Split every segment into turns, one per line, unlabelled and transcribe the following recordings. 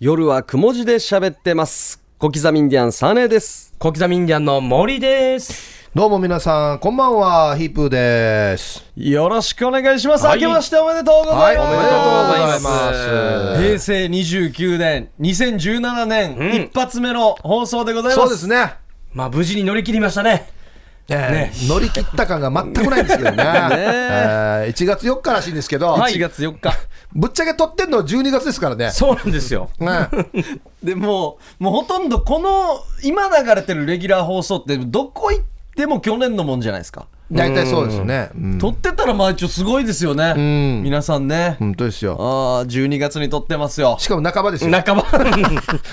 夜はくも字で喋ってます。小刻みインディアンサネです。
小刻みインディアンの森です。
どうも皆さん、こんばんは、ヒープーです。
よろしくお願いします。
はい
明けましておめでとうございます。
おめでとうござ
お
いま
めでとうござい
平成29年、2017年、一発目の放送でございます。
そうですね。
まあ無事に乗り切りましたね。
ね乗り切った感が全くないんですけどね。えー1月4日らしいんですけど、
はい
1月4日。
ぶっちゃけ撮ってんの12月ですからね。
そうなんですよ。
ね
でもう、もうほとんどこの、今流れてるレギュラー放送って、どこ行っても去年のもんじゃないですか。
大体そうですよね。うん
撮ってたら、まあ一応すごいですよね。
ん
皆さんね。
本当ですよ。
ああ、12月に撮ってますよ。
しかも半ばですよ。
半ば。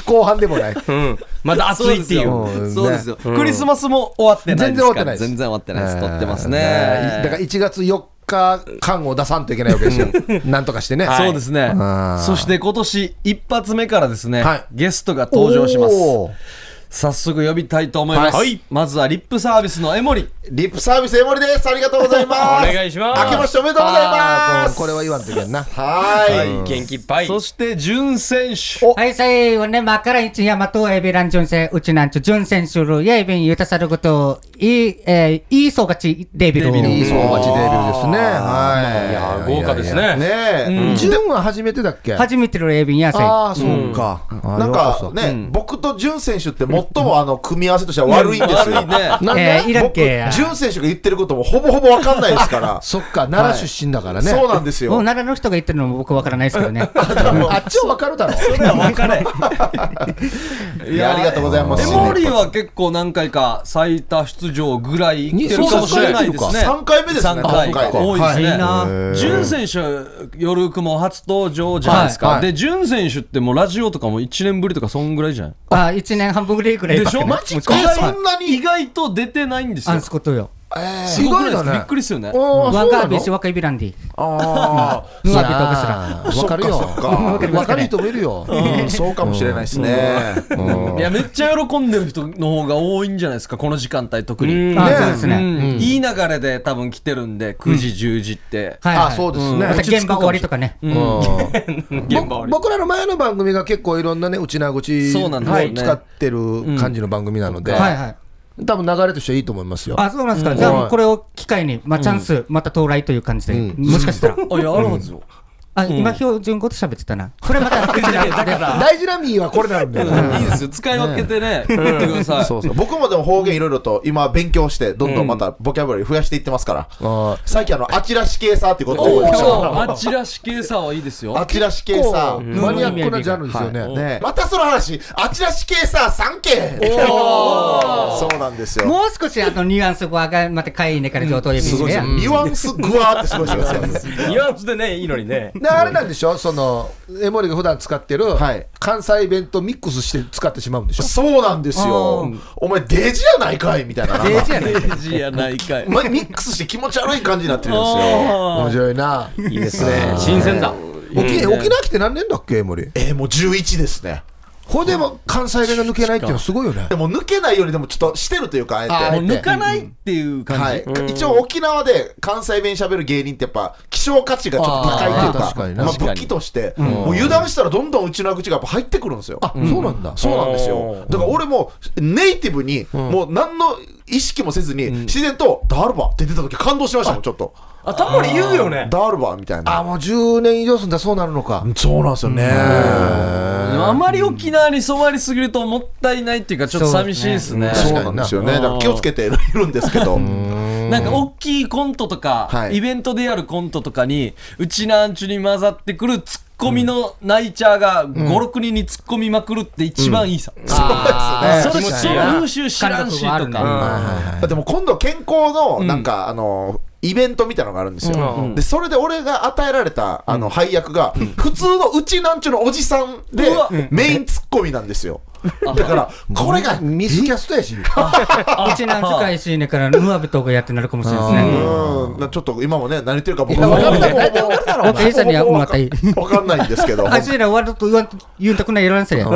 後半でもない。
うん。まだ暑いっていう。
そうですよ
そうですよ。クリスマスも終わってない
全
です
然終わっ
か
てな
ら。
いです。
全然終わってないです。撮ってます
えーだ
ね。
から1月4日間を出さんといけないわけですよ。なんとかしてね。
そうですね
あ。ー
そして今年一発目からですね
はい、
ゲストが登場します。
おー
早速呼びたいと思います。
はい
まずはリップサービスの江森。
リップサービス江森です。ありがとうございます。
お願いします
明けましておめでとうございまあーす。
これは言わんといけんな。
はい。
元気いっぱい。
そして、潤選手。
はい、最後ね、マカライチヤマトエビランジョンセ、うちなんちゅ、ジョンセンシュル、イェイビンユタサルこと、いい、えー、いい総勝ちデビル。
デビル
いい総勝ちデビューですね。
いや
はい。
豪華ですね
いやいやねえ。ジュンは初めてだっけ
初めてのエビンやせ。
ああ、そうか。
なんかね、僕と潤選手って最もあの組み合わせとしては悪いんですよ。
悪いね。
なん
えー、
で
いらん
僕、
けや。
潤選手が言ってることもほぼほぼわかんないですから。
そっか、奈良出身だからね。
そうなんです
もう
よ。
奈良の人が言ってるのも僕わからないですけどね。
あっちはわかるだろ。
いや、ありがとうございます。
江
新
森
年
は結構何回か最多出場ぐらいいってるかもしれないですね。
そう三回目です
3
ね
回
今回
多いですね。
はいな
潤選手、夜雲初登場じゃないですか。
はいはい
で、潤選手ってもうラジオとかも1年ぶりとか、そんぐらいじゃない
あ、一年半分ぐらいくらい
でしょ
ばっ
マ
かり
ジか
もう
そんなに意外と出てないんです
あ
よ
ん。すことよ。
すごくないですかびっくりですよね。
おー
わ
そうな
か
の
べし若いビランディ。
あ
ぬわびとかすら。
あーわかるよ。
そっかそっか
わかる人もいるよ。
ーうんそうかもしれないですね。
いや、めっちゃ喜んでる人の方が多いんじゃないですか、この時間帯特に。
あー、そうです
う
ね。
んいい流れで多分来てるんで、9時、10時って。
はい、はい。
あそうですね
また。現場終わりとかね。
ぼ僕らの前の番組が結構いろんなね、うちなごち
そう
を
なんですよね
使ってる感じの番組なので、
はいはい。
多分流れとしてはいいと思いますよ。
あ、そうなんですか。じゃあもうこれを機会に、まあチャンス、また到来という感じで、もしかしたら。
あ、いや、あるはずよ。
あ、今標準語と喋ってたな。これまた、 だから、
大事なミーはこれなんだよ。
いいですよ、使い分けてね、言ってください。
そうそう。
僕もでも方言いろいろと今勉強して、どんどんまたボキャブラリー増やしていってますから。
あ
最近あの、あちらし系さってこと
お
覚えまし
ーあっちらし系さはいいですよ
た。。あちらし系さ
ー。マニアックなジャンルですよね。ね
ねまたその話、あちらし系さ、3件そうなんですよ。
もう少しあのニュアンスがまたかいねから上等です
すごいですよ。
ね。
ニュアンスグワーってすごい ですよ。
ニュアンスでね、いいのにね。
であれなんでしょその、江森が普段使ってる
はい、
関西弁とミックスして使ってしまうんでしょ
そうなんですよ。お前、デジやないかいみたいな。
ええじゃない。
ページやないかい
お。前、ミックスして気持ち悪い感じになってるんですよ。
あ
面白いな。
いいですね。新鮮だ。
沖沖縄来て何年だっけ、江森。
えー、もう11ですね。
ほいでも関西弁が抜けないっていうのすごいよね
で。も、抜けないようにでもちょっとしてるというか、あえて。
ー
あ
もう抜かないっていう
は
感
い
じ。、
一応沖縄で関西弁喋る芸人ってやっぱ希少価値がちょっと高いというか
あー確かにな
まあ、
確
かに
武器として、もう油断したらどんどんうちの口がやっぱ入ってくるんですよ。
あ、そうなんだ。
そうなんですよ。だから俺もネイティブに、もう何の意識もせずに、自然とダールバーって出た時感動しましたもん、ちょっと。
頭に言うよね。
ダールバーみたい
あ、
な。
もう10年以上住んだらそうなるのか。
そうなんですよね。
あまり沖縄に染まりすぎるともったいないっていうか、ちょっと寂しいですね。
そうなんですよね。だから気をつけているんですけど。
なんか大きいコントとか、
はい
イベントでやるコントとかに、うちなんちゅに混ざってくるツッコミのナイチャーが5、6人に突っ込みまくるって一番いいさ。
あ
そ
ー
れ
気持ち
そ
いい
の
な
風習知らんしと
感覚が
か。
でも今度健康のなんか、あのイベントみたいなのがあるんですよ、でそれで俺が与えられたあの配役が、普通のうちなんちゅうのおじさんで
うわ
メインツッコミなんですよ、だからこれが
ミスキャストやし。
うちなんちゅかいしねから、ヌアベとかやってなるかもしれないですね。
うんちょっと今もね、何言ってるか僕
いや
も
わかるだろ
おかえさんにはうまたいい。
わかんないんで すけど、
あいしら終わると言わんと言うんたくないやらんせや。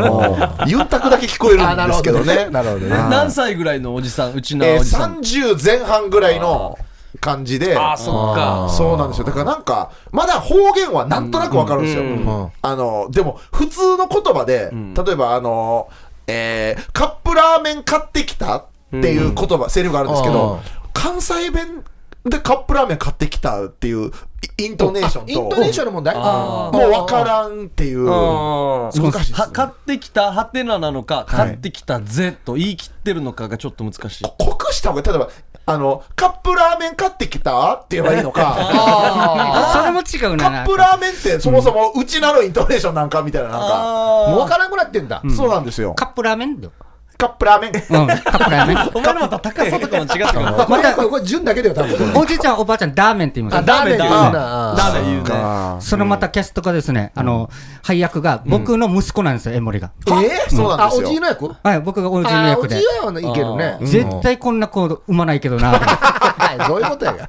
言ったくだけ聞こえる
あ、
ん
なる
です
ほ
けど
どね。
ね、
なるほどね。
何歳ぐらいのおじさん、うちの
えー
おじさん。
30前半ぐらいの感じで。
あーそっか
そうなんですよ。だからなんか、まだ方言はなんとなくわかるんですよ。
うんうん
うん
あの、でも、普通の言葉で、例えば、あの、えーカップラーメン買ってきたっていう言葉、セリフがあるんですけ
う
ど
ん、
関西弁でカップラーメン買ってきたっていうイイントネーションと、
イントネーションの問題
あ
もうわからんっていう、難
あ
しいです、ね
は。買ってきたハテナなのか、買ってきたぜと言い切ってるのかがちょっと難しい。
濃くした方が、例えば、あの、カップラーメン買ってきたって言えばいいのか、
それも違うな
カ
な
ッ
んか
プラーメンってそもそもうちなのイントネーションなんかみたいな、なんか。
あ
も
ー
うわからんくなってんだ。
そうなんですよ。
カップラーメンだよ
カップラーメン。
うんカップラーメン
お前のまた高さとかも違ってくる。
これ、これ、これ、順だけだよ、多分。
おじいちゃんおばあちゃんダーメンって言います
ダメダメ
ダ
ダメ言うね。
そのまたキャストがですね、あの、配役が僕の息子なんですよ、江森が。
メえーそうなんですよ
あ、おじいの役あ、
はい、僕がおじいの
お
役
じ
で
い。はねいけるね。うん
絶対こんな子産まないけど な。
はいどういうことやが。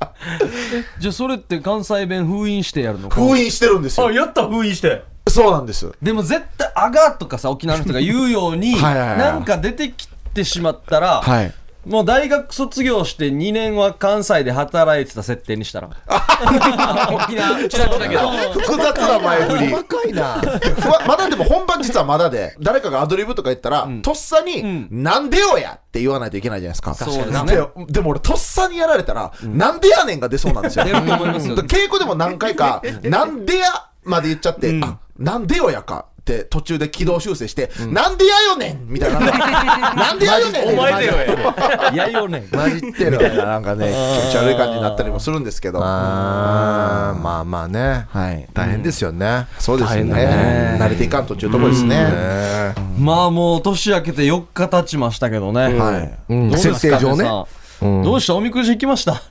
じゃあそれって関西弁封印してやるのか。
封印してるんですよ。
やった封印して
そうなんです。
でも絶対「あが」とかさ沖縄の人が言うよう に
はいはいはい
なんか出てきてしまったら、
はい。
もう大学卒業して2年は関西で働いてた設定にしたら 沖縄ちなみだけど
複雑な前振 り。
細かいな。
ふわまだでも本番実はまだで、誰かがアドリブとか言ったら、とっさに、
ん
なんでよやって言わないといけないじゃないですか。
そうですね
ででも俺、とっさにやられたら、なんでやねんが出そうなんですよ。
出ると思いますよ
だから稽古でも何回か、なんでやまで言っちゃって、あ、なんでよやか。って途中で軌道修正して、なんでやよねんみたいな。なんでやよねん
お前だよ
い やよね
混じって
み
る
たいな、なんかね、気持ち悪い感じになったりもするんですけど。
あーまあまあね。
はい。
大変ですよね。
そうですよね。慣れていかんとっていうところですね。
ね
まあもう年明けて4日経ちましたけどね、
は
どう
い。
うん
ですか
設定上ね
皆さんどうしたおみくじ引きました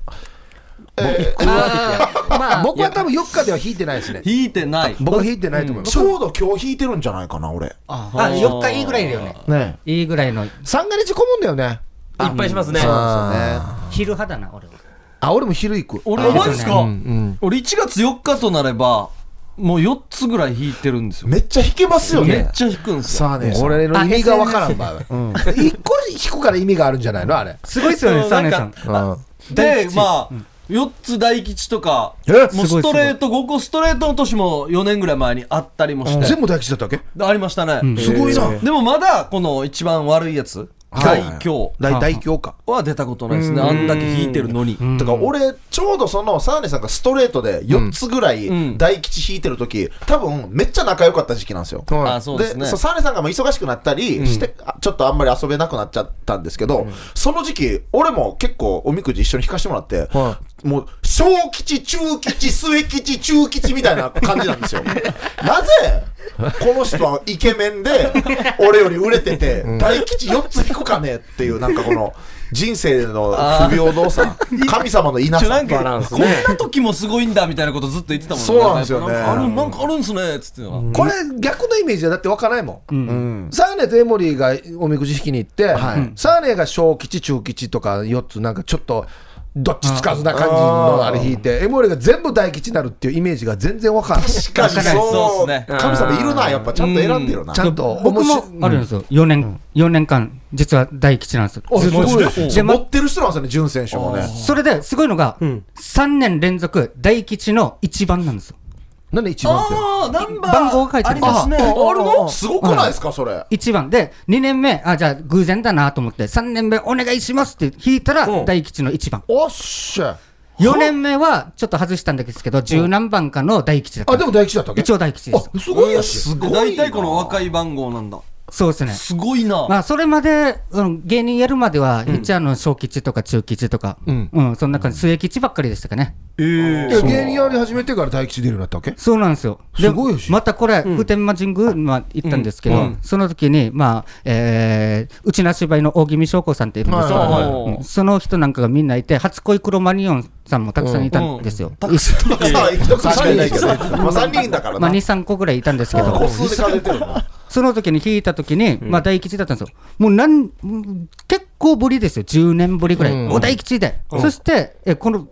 まあ、
僕は多分4日では引いてないですね。
引いてない
僕は引いてないと思います。
ちょうど今日引いてるんじゃないかな、俺。
あ4日いいぐらいだよね。
ね
いいぐらいの、
三が日混むんだよね。
いっぱいしますね
あ
昼派だな、俺は。
ーあ、俺も昼行く。
俺
あ
マジっすか、
うんうん
俺1月4日となればもう4つぐらい引いてるんですよ
めっちゃ引けますよ
めっ
ね。
ちゃ引くんですよ
さあね、
俺の意味がわからんば。
ん
一個引くから意味があるんじゃないのあれ。
すごいですよね、サーネさん。
うん
でまあ、4つ大吉とか
え
もう
すご
ス
い
トレート5個ストレートの年も4年ぐらい前にあったりもして、
全部大吉だったわけ
ありましたね、
すごいな。
でもまだこの一番悪いやつ
はい
大凶
大大凶か。
は出たことないですねあんだけ引いてるのに
とか俺、ちょうどその、サーネさんがストレートで4つぐら
うん
い大吉引いてる時多分、めっちゃ仲良かった時期なんですよ。
はい
あそうですね
そうサーネさんがもう忙しくなったりして、あちょっとあんまり遊べなくなっちゃったんですけど、その時期、俺も結構おみくじ一緒に引かしてもらって、
は
もう、小吉、中吉、末吉、中吉みたいな感じなんですよ。なぜ、この人はイケメンで、俺より売れてて、大吉4つ引くかねっていう、なんかこの、人生の不平等さ、神様のいな
ちょ な
さ
ん。か
バランス
こん
ね
な時もすごいんだみたいなことずっと言ってたもん
そうなんですよね
やっぱなんかあるなんかあるんすねっつってのは
これ逆のイメージだだってわからないもん。
うん
サーネとエモリーがおみくじ引きに行って、
はい
サーネが小吉、中吉とか4つ、なんかちょっとどっちつかずな感じのあれ引いて、エモリーが全部大吉になるっていうイメージが全然わからない。
しかし、
そ
そう
ですね
う、神様いるな、やっぱちゃんと選んでるな
ち。ゃんと
僕
面白い
もあるんですよ、4年、4年間、実は大吉なんです
あす
ずっ
ご
と
い
そう持ってる人なんですよね、純選手もね。
それですごいのが、3年連続、大吉の一番なんですよ。
何で一番って。
ああナンバー
番号が書いて
あ
あ
り
る
ますね
あるのすごくないですか、それ。
一番で、2年目、あ、じゃあ偶然だなと思って、3年目お願いしますって引いた
う
ら、
ん
大吉の一番。
おっしゃ。
4年目はちょっと外したんですけど、十何番かの大吉だ
あ、
っ
で
た。
も大吉だったわけ
一応大吉です。
あ、すごいよし。
すごいな。
大体この若い番号なんだ
そうですね。
すごいな
まあ、それまで、うん、芸人やるまでは、一応あの、小吉とか中吉とか、
うん
うん、そんな感じ、末吉ばっかりでしたかね。
いや芸人やり始めてから大吉出るようになったわけ
そうなんですよ。です
ごいよし
またこれ、普天間神宮、まあ、行ったんですけど、その時に、まあ、えー、うちの芝居の大宜味翔子さんっているんですけど、
はい
はいはい
うんその人なんかがみんないて、初恋クロマニオンさんもたくさんいたんですよ。一緒
まあ、一つしかいないけど、まあ、3人だから
ま
な。
あ、2、3個ぐらいいたんですけど、
個数で数えてるの。
その時に弾いた時に、まあ大吉だったんですよ。もうなん、うん結構ぶりですよ。10年ぶりぐらい。
うん
お大吉で。そして、えこの、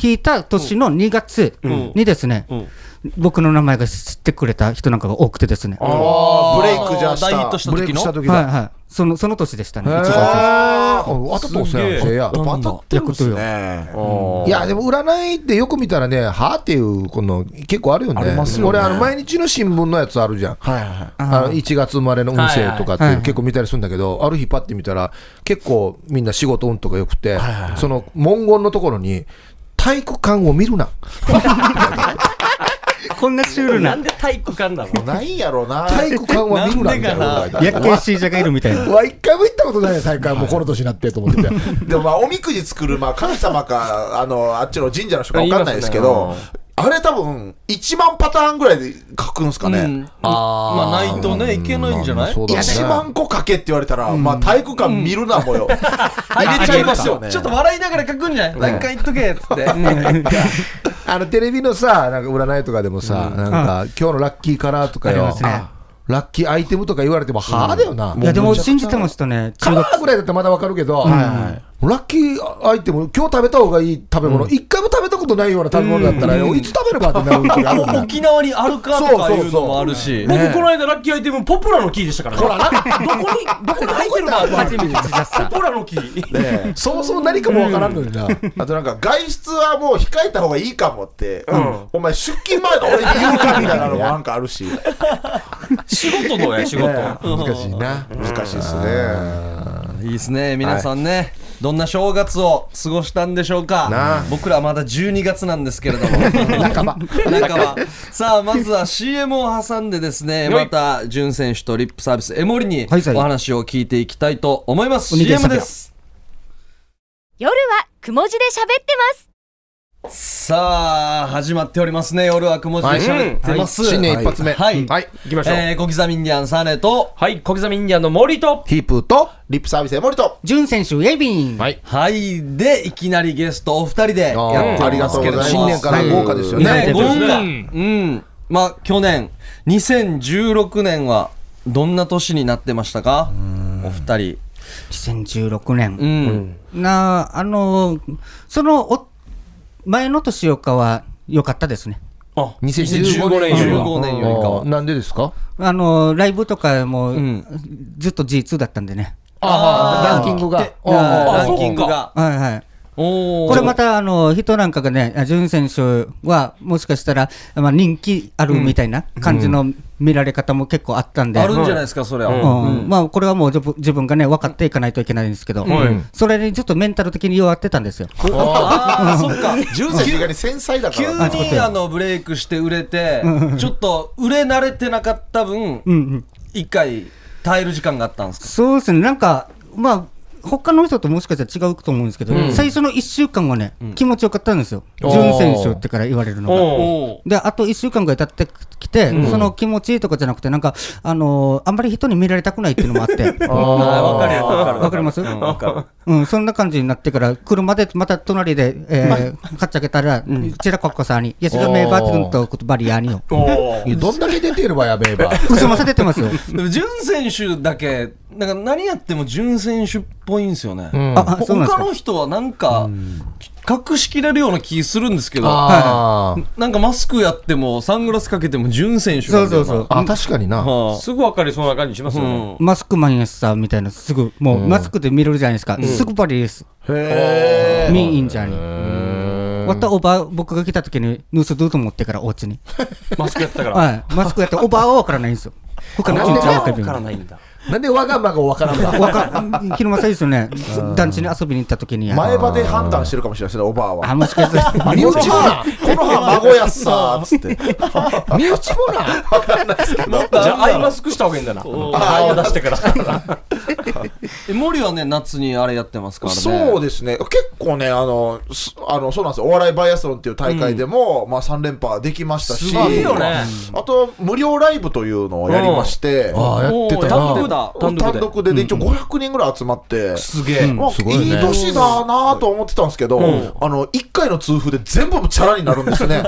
弾いた年の2月にですね、僕の名前が知ってくれた人なんかが多くてですね。は
ああ、ブレイクじゃあし
大ヒット
た
し。た
ブレイ
時
クした
の
時
い
だ。
はそのその年でしたね、
へー
一番
あ当たったそうやん
すげえ
せいや
当たったんだ
当たってるんですね。
いやでも占いってよく見たらねはーっていうこの結構あるよね
ありますよね
俺あの毎日の新聞のやつあるじゃん
はいはいはい。
あの1月生まれの運勢とかって
はいはい
結構見たりするんだけど、ある日パッて見たら、結構みんな仕事運とか良くて、その文言のところに、体育館を見るな、
こんなシュー ル
な
なん
で体育館なの
ないんやろな。
体育館は見るなみた いな
な
こ
んで
とが書いてある。
薬系シージャーがいるみたいな。
わ一回も行ったことないよ、体育館、もうこの年になってと思ってて、
でもまあ、おみくじ作る、まあ、神様か、あの、あっちの神社の人かわかんないですけ
言い
ど
ます、
あれ多分、1万パターンぐらいで書くんですかね。
まあないとねいけないんじゃない
そうだね
1万個書けって言われたら、まあ、体育館見るなもよ。入れちゃいます よね。
ちょっと笑いながら書くんじゃない何回言っとけっつって
あのテレビのさ、なんか占いとかでもさ、なんか、今日のラッキーカラーとか
あり
よ
ます、ね
あラッキーアイテムとか言われても、はあだよな。
いや、でも信じてましたね。
カ
中
ラ
学
ーぐらいだったらまだわかるけど、ラッキーアイテム、今日食べた方がいい食べ物、一回も食べたことないような食べ物だったら、いつ食べればってなる時があるんだよ。
沖縄にあるかとかいうのもあるし
僕この間ラッキーアイテムポプラのキーでしたからね
ほらな、
どこにどこに入ってるか
初めて知らした。
ポプラのキー
ね
そもそも何かもわからんのにな。
あとなんか、外出はもう控えた方がいいかもって、
ん
お前出勤前の俺に言うかみたいなのもなんかあるし、
仕事どうや仕事
ね
難しいな。
難しいですね。
いいですね皆さんね、どんな正月を過ごしたんでしょう
なあ
か僕らまだ12月なんですけれ ども
仲間。
なんかはさあまずは CM を挟んでですね
は
ま
い
た純選手とリップサービスエモリに
はいはい
お話を聞いていきたいと思います、
お願いします
CM です
夜はくも字で喋ってます。
さあ始まっておりますね夜はくも字で喋ってます、
新年一発目。
はい、
はい。
行きましょう
えー、小刻みインディアンサーネと
はい小刻みインディアンの森と
ヒープーと、
リップサービス、江森と。
純選手、ウェビン。
はい。
はいでいきなりゲストお二人でやって
あ
お
り
り
が
ます
とう
け
ご
れど
ざいま
も
す。新年から豪華ですよね。
ね、
豪
豪
華
華。うん。まあ、去年、2016年は、どんな年になってましたかお二人。
2016年。
うん。
なあ、あの、そのお前の年よかは良かったですね。
あ
2015
2015
年
年
よ
よ
り
り
は。
は
15年よりかは
なんでですか
あの、ライブとかも、
ん
ずっと G2 だったんでね。
あー
ランキングが
で。
あー
ランキングが。
はいはい。
おー
これまた、あの、人なんかがね、あ純選手は、もしかしたら、まあ、人気あるみたいな感じの見られ方も結構あったんで。
あるんじゃないですか、それ
う
は。
うんまあ、これはもう自分自分がね、分かっていかないといけないんですけど、
はい
それにちょっとメンタル的に弱ってたんですよ。
ああ、そっか。
純正がに繊細だか
急
らな。
にあのブレイクして売れて、ちょっと売れ慣れてなかった分、
うんうん、
一回耐える時間があったんですか
そうですね、なんか、まあ、他の人ともしかしたら違うと思うんですけど、最初の1週間はね、気持ちよかったんですよ、
おー
準選手ってから言われるのが。
お
おー
であと1週間ぐらい経ってきて、その気持ちいいとかじゃなくて、なんか、あのーあんまり人に見られたくないっていうのもあって、
あーわかるよ、わかる。
わかります
うんわかる。
うん、そんな感じになってから、車でまた隣で、えー、かっちゃけたら、ちらこっこさんに、いや、しがめばつんとことばりやによ。
お
いやどんだけ出てればやべえば。
嘘まさ出てますよ。
でも、純選手だけ、なんか何やっても純選手っぽいんですよね。
ん
あ、あそうなんです
他
か。
の人はなんか、隠しきれるような気するんですけど、
あー
なんかマスクやっても、サングラスかけても、純選手
そ
な
う
だ
んそ
よ
う
な
そう。
あ、確かにな。
は
すぐ分かりそうな感じします
あ
よ
う
ね
ん
マスクマンやしさ、みたいな、すぐ、もう、マスクで見れるじゃないですか。すぐバリです。
へ
ミンインじゃに。わたおば、僕が来た時に、ヌースドゥーと持ってから、お家に。
マスクやってたから
はい。マスクやって、おばはわからないんですよ。他の
あ
人
なんで
はわか
わから
る。
ないんだ
なんでわがまがわからん の
わか、昼間最初ね、団地に遊びに行った時に
え。。前歯で判断してるかもしれないですね、おばあは。
あ、もしかしたら。
身内もな、この歯孫やっさーっつって。身内もな、わかんないですけど。
じゃあアイマスクした方がいいんだな顔出して から
え森はね、夏にあれやってますからね。
そうですね、結構ね、あの、すあのそうなんですよ、お笑いバイアスロンっていう大会でも、まあ3連覇できましたし、
すごいよね
あと、無料ライブというのをやりまして、
ああ、やってた
おー単独だ
な。
単独で、で一応500人ぐらい集まって、
すげえ
まあ
すごいね
いい年だなと思ってたんですけど、あの1回の痛風で全部チャラになるんですね。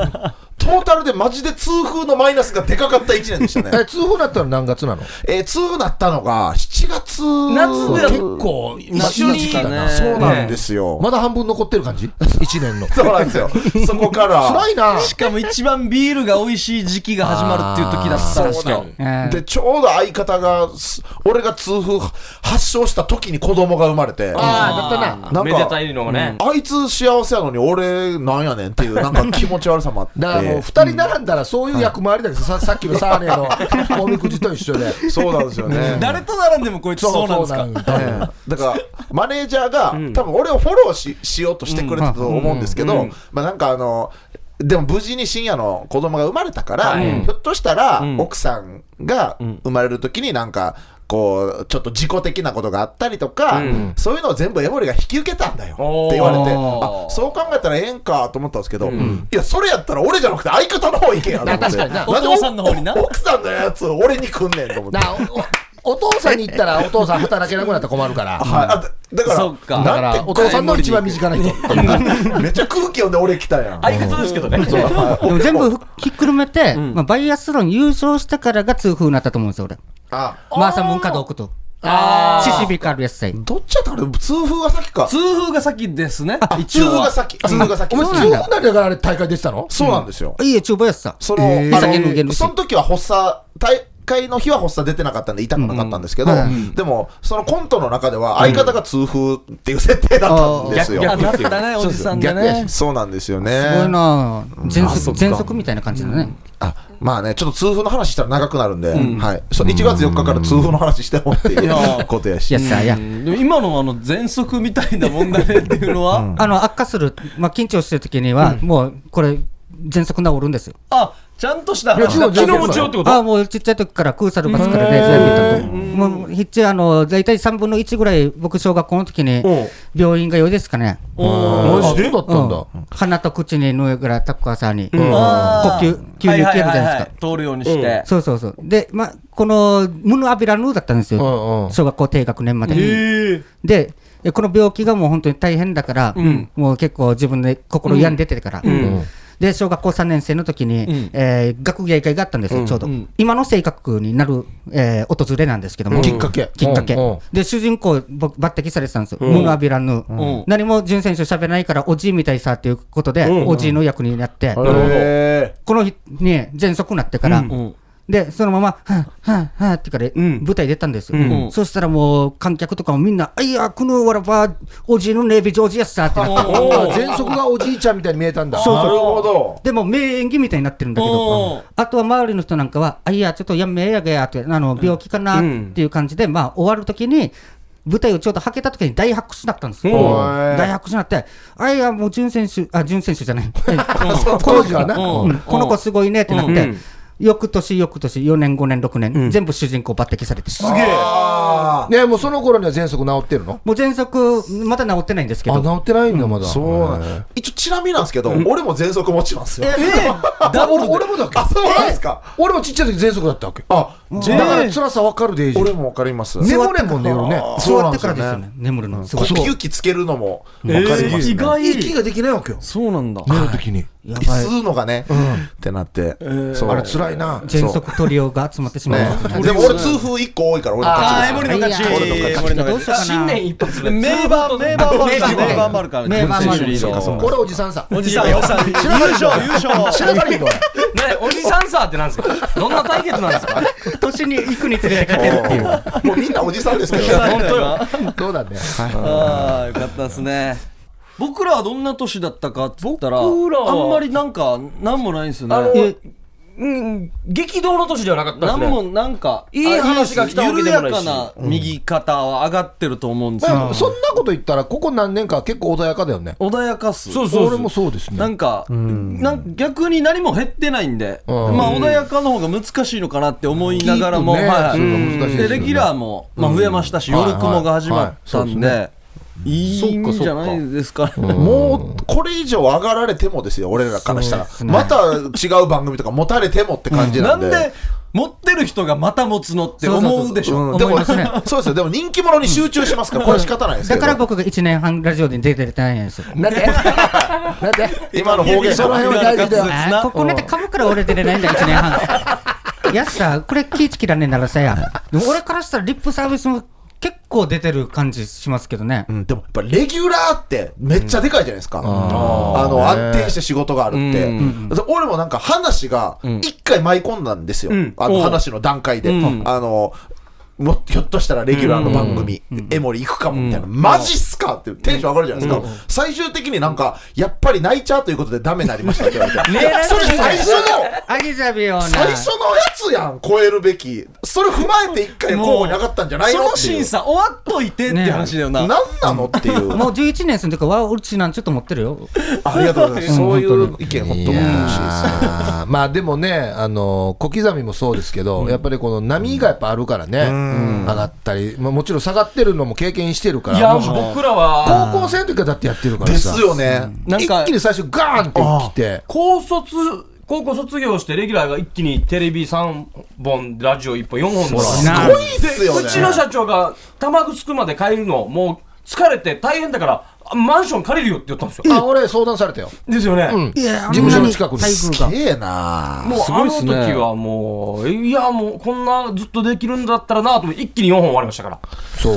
トータルでマジで痛風のマイナスがでかかった1年でしたね
え、通報だったの何月なの
えー、痛だったのが7月
夏だ
結構一緒に
夏だね
そうなんですよ、
まだ半分残ってる感じ ?1 年の。
そうなんですよ そこから
辛いな。
しかも一番ビールが美味しい時期が始まるっていう時だったんです
そうな
よ
の
えー
でちょうど相方がす俺が痛風発症した時に子供が生まれて
ああ、だったな。
なん
めでた
か
いのがね。
あいつ幸せやのに俺なんやねんっていうなんか気持ち悪さもあって
だからもう2人並んだらそういう役回りだけど、ささっきのサーネのおみくじと一緒で。
そうなんです よね
誰と並んでもこいつそうなんですか
よ
え えだからマネージャーが、多分俺をフォローししようとしてくれたと思うんですけど、まあ、なんかあのでも無事に深夜の子供が生まれたから、ひょっとしたら、奥さんが生まれる時になんか。こうちょっと自己的なことがあったりとか、そういうのを全部江守が引き受けたんだよって言われてあそう考えたらええんかと思ったんですけど、いやそれやったら俺じゃなくて相方の方行けやと思って
確かにな
で
お父さんの方にな
奥さんのやつ俺に来んねんと思って
なおおお父さんに言ったらお父さん働けなくなったら困るから。
はい、あだだから、
そっか
だ
な
か
んて
らお父さんの一番身近な人。
めっちゃ空気読んで俺来たやん。
相方ですけどね。
でも全部ひっくるめて、まあ、バイアスロン優勝してからが痛風になったと思うんですよ、俺。
あ
マーサ文化道具と。
あ
シシビカル野菜。
どっちやったかな痛風が先か。
痛風が先ですね
痛
一応
風が
は
先。痛風が先。
お前、
そ
そうう
なんだ
なんだからあれ大会出てたの
そうなんですよ。
いいよ、チューバイアスさ。
その、
えー
あの
ゲルゲル
その時は発作、大会の日は発作出てなかったんで痛くなかったんですけど、
うんうん
でも、そのコントの中では相方が痛風っていう設定だったんですよ。
あー
あなったねおじさんでね
そうなんですよね。
すごいな全
あそ
速、
っか
全速みたいな感じだね。
あまあね、ちょっと痛風の話したら長くなるんで、はい、そう1月4日から痛風の話してもっていうことやし
野。菜や
う。んでも今のあの喘息みたいな問題っていうのは、
あの、悪化する、まあ、緊張してる時には、もう、これ、全速治るんですよ。
あちゃんとした
いや
話
違う
だ
違う
昨日もちょってこと
あもうちっちゃい時からクーサルバスからね、全部行ったともう、ひっちあの、大体3分の1ぐらい、僕、小学校の時に、病院が良いですかね。
あそうだったんだ。
うん鼻と口に縫うぐらい、タッカーさんに。呼
あー
吸、吸入器あるじゃないです
ははは
か
は。通るようにして、
そうそうそう。で、まあ、この、ムヌアビラヌーだったんですよ。
うんうん
小学校低学年まで。
え
で、えこの病気がもう本当に大変だから、もう結構自分で心病んでてから。で、小学校3年生の時に、えー学芸会があったんですよ、ちょうど。今の性格になる、えー訪れなんですけども。
きっかけ
きっかけ
うんうん。
で、主人公、僕抜擢されてたんですよ。ムヌアビラヌー
ん。
何も純選手喋らないから、おじいみたいさ、ということで、おじいの役になって、
なるほど
え
この日に喘息になってから、で、そのまま、はあ、はあ、はあってから、舞台出たんですよ。そしたらもう、観客とかもみんな、あいや、このわらば、おじいのネイビージョージやっさってなって、
あ喘息がおじいちゃんみたいに見えたんだ。
ーなるほど。
でも名演技みたいになってるんだけ
おー
ど、あとは周りの人なんかは、あいや、ちょっとやめやがやって、あの病気かなっていう感じで、まあ、終わるときに、舞台をちょうどはけたときに大拍手だったんですよ。
おー
大拍手になって、あいや、もう準選手、あ、準選手じゃ ない。
当時はな。
うん
うんこの子すごいねってなって、翌年、翌年、4年、5年、6年、全部主人公抜擢されて、
あ
ねもうその頃には喘息治ってるの
もう喘息まだ治ってないんですけ
あ、
ど、
治ってないんだ、まだ。
そうなん一応ちなみになんですけど、俺も喘息持ちますよ。
ダブル俺もだっけ
あそうなんですか
え俺もちっちゃい時喘息だったわけ。
あ、
だから辛さ分かるでいいじゃん
俺もわかります。
眠れんもんね、夜ね。
座ってからですよね、眠るの。すご
呼
い
吸器つけるのもわか
ー
ります
意
ね。
外
息ができないわけよ。
そうなんだ
寝る時に。
やばい
吸うのがね、ってなって。そう
あれ辛いな。
喘息トリオが集まってしまいました
ねでも俺痛風一個多いから俺の
あ
勝
ーエモ
ち
リ
です
の勝ち
はい
エモリの
どう
勝
し
ち
ようかな。
一発
で名盤名盤もあるから名盤もあるから
名盤もある
選手リード
そうか
そう
俺おじさんさ。
おじさんおじさん優勝優
知
勝
らないよ。
ね、おじさんさーってなんですかどんな対決なんですか
年に行くにつれ て勝てるっていう。
おーもうみんなおじさんですけどね。
本当よ
どうだね。
ああよかったですね僕らはどんな年だったかって言ったらあ
僕らは
んまりなんか何もないんですよね
え
うん、激動の年ではなかったです
何も
ね。
なんか
いい話が来たわけでもな
緩
いし
やかな右肩は上がってると思うんですよ、
まあそんなこと言ったら、ここ何年か結構穏やかだよね。
穏やかっす
そうそうそう
俺もそうですね。
なんか、なん逆に何も減ってないんで、
うん
まあ、穏やかの方が難しいのかなって思いながらも、
聞いてね
はい
それが難しいですよね
でレギュラーも、まあ、増えましたし、
うん
夜雲が始まったんで、
はい
い
はい
いんじゃないですか、
もうこれ以上上がられてもですよ、俺らからしたら、
そうですね
また違う番組とか持たれてもって感 じ
な
なんん
で
で、
持ってる人がまた持つのって思うでしょ。
うん
思
で
い
も、
ますね
そうですよ。でも人気者に集中しますから、これは仕方ないですけ
だ
ど。
から僕が1年半ラジオで出てないんですよ。
なんでなんで
今の方言
その
が
辺は大事だよ。
な
あーここなんて株から俺出れないんだ、1年半。やっさ、これ気ぃつけらんねえならさや。でも俺からしたらリップサービスも結構出てる感じしますけどね
う。ん、でもやっぱレギュラーってめっちゃでかいじゃないですか、
ん
あの
あー
安定して仕事があるって、
う
で俺もなんか話が一回舞い込んだんですよ、
うん
あ
お
の
う
話の段階で、
うん
あのもひょっとしたらレギュラーの番組、エモリ行くかもみたいな、マジっすかってテンション上がるじゃないですか、最終的になんか、やっぱり泣いちゃうということでダメになりましたって言われて、
ねえなんか
それ最初の、
アギザビをな。
最初のやつやん、超えるべき、それ踏まえて一回候補に上がったんじゃない
そ
の
の
ってい
審
う、
査終わっといてって話だよな。
なんなのっ ていう。
もう11年住んでるから、わ、うちなんちょっと持ってるよ。
ありがとうございます。
うん
そういう
本
意見、本
い
当
や
に欲しいです。
ーまあでもね、あの小刻みもそうですけど、やっぱりこの波がやっぱあるからね、上がったり、まあ、もちろん下がってるのも経験してるか
いや、
ら、もう
僕らは、
高校生の時からだってやってるから
で
さ、
すよね。
なんか
一気に最初、ガーンって来て、
高卒、高校卒業して、レギュラーが一気にテレビ3本、ラジオ1本、4本もら
な
すごいですよね。
うちの社長が玉城まで帰るの、もう疲れて大変だから、あマンション借りるよって言ったんですよ。
あ俺、相談されたよ、
ですよね。
うん、
いや
事務所の近くに
あんなに待遇
すげえな
もう
すご
あ
いっ
の
す
時
ね
はもう、いやもうこんなずっとできるんだったらなと思って一気に4本終わりましたから。
そう、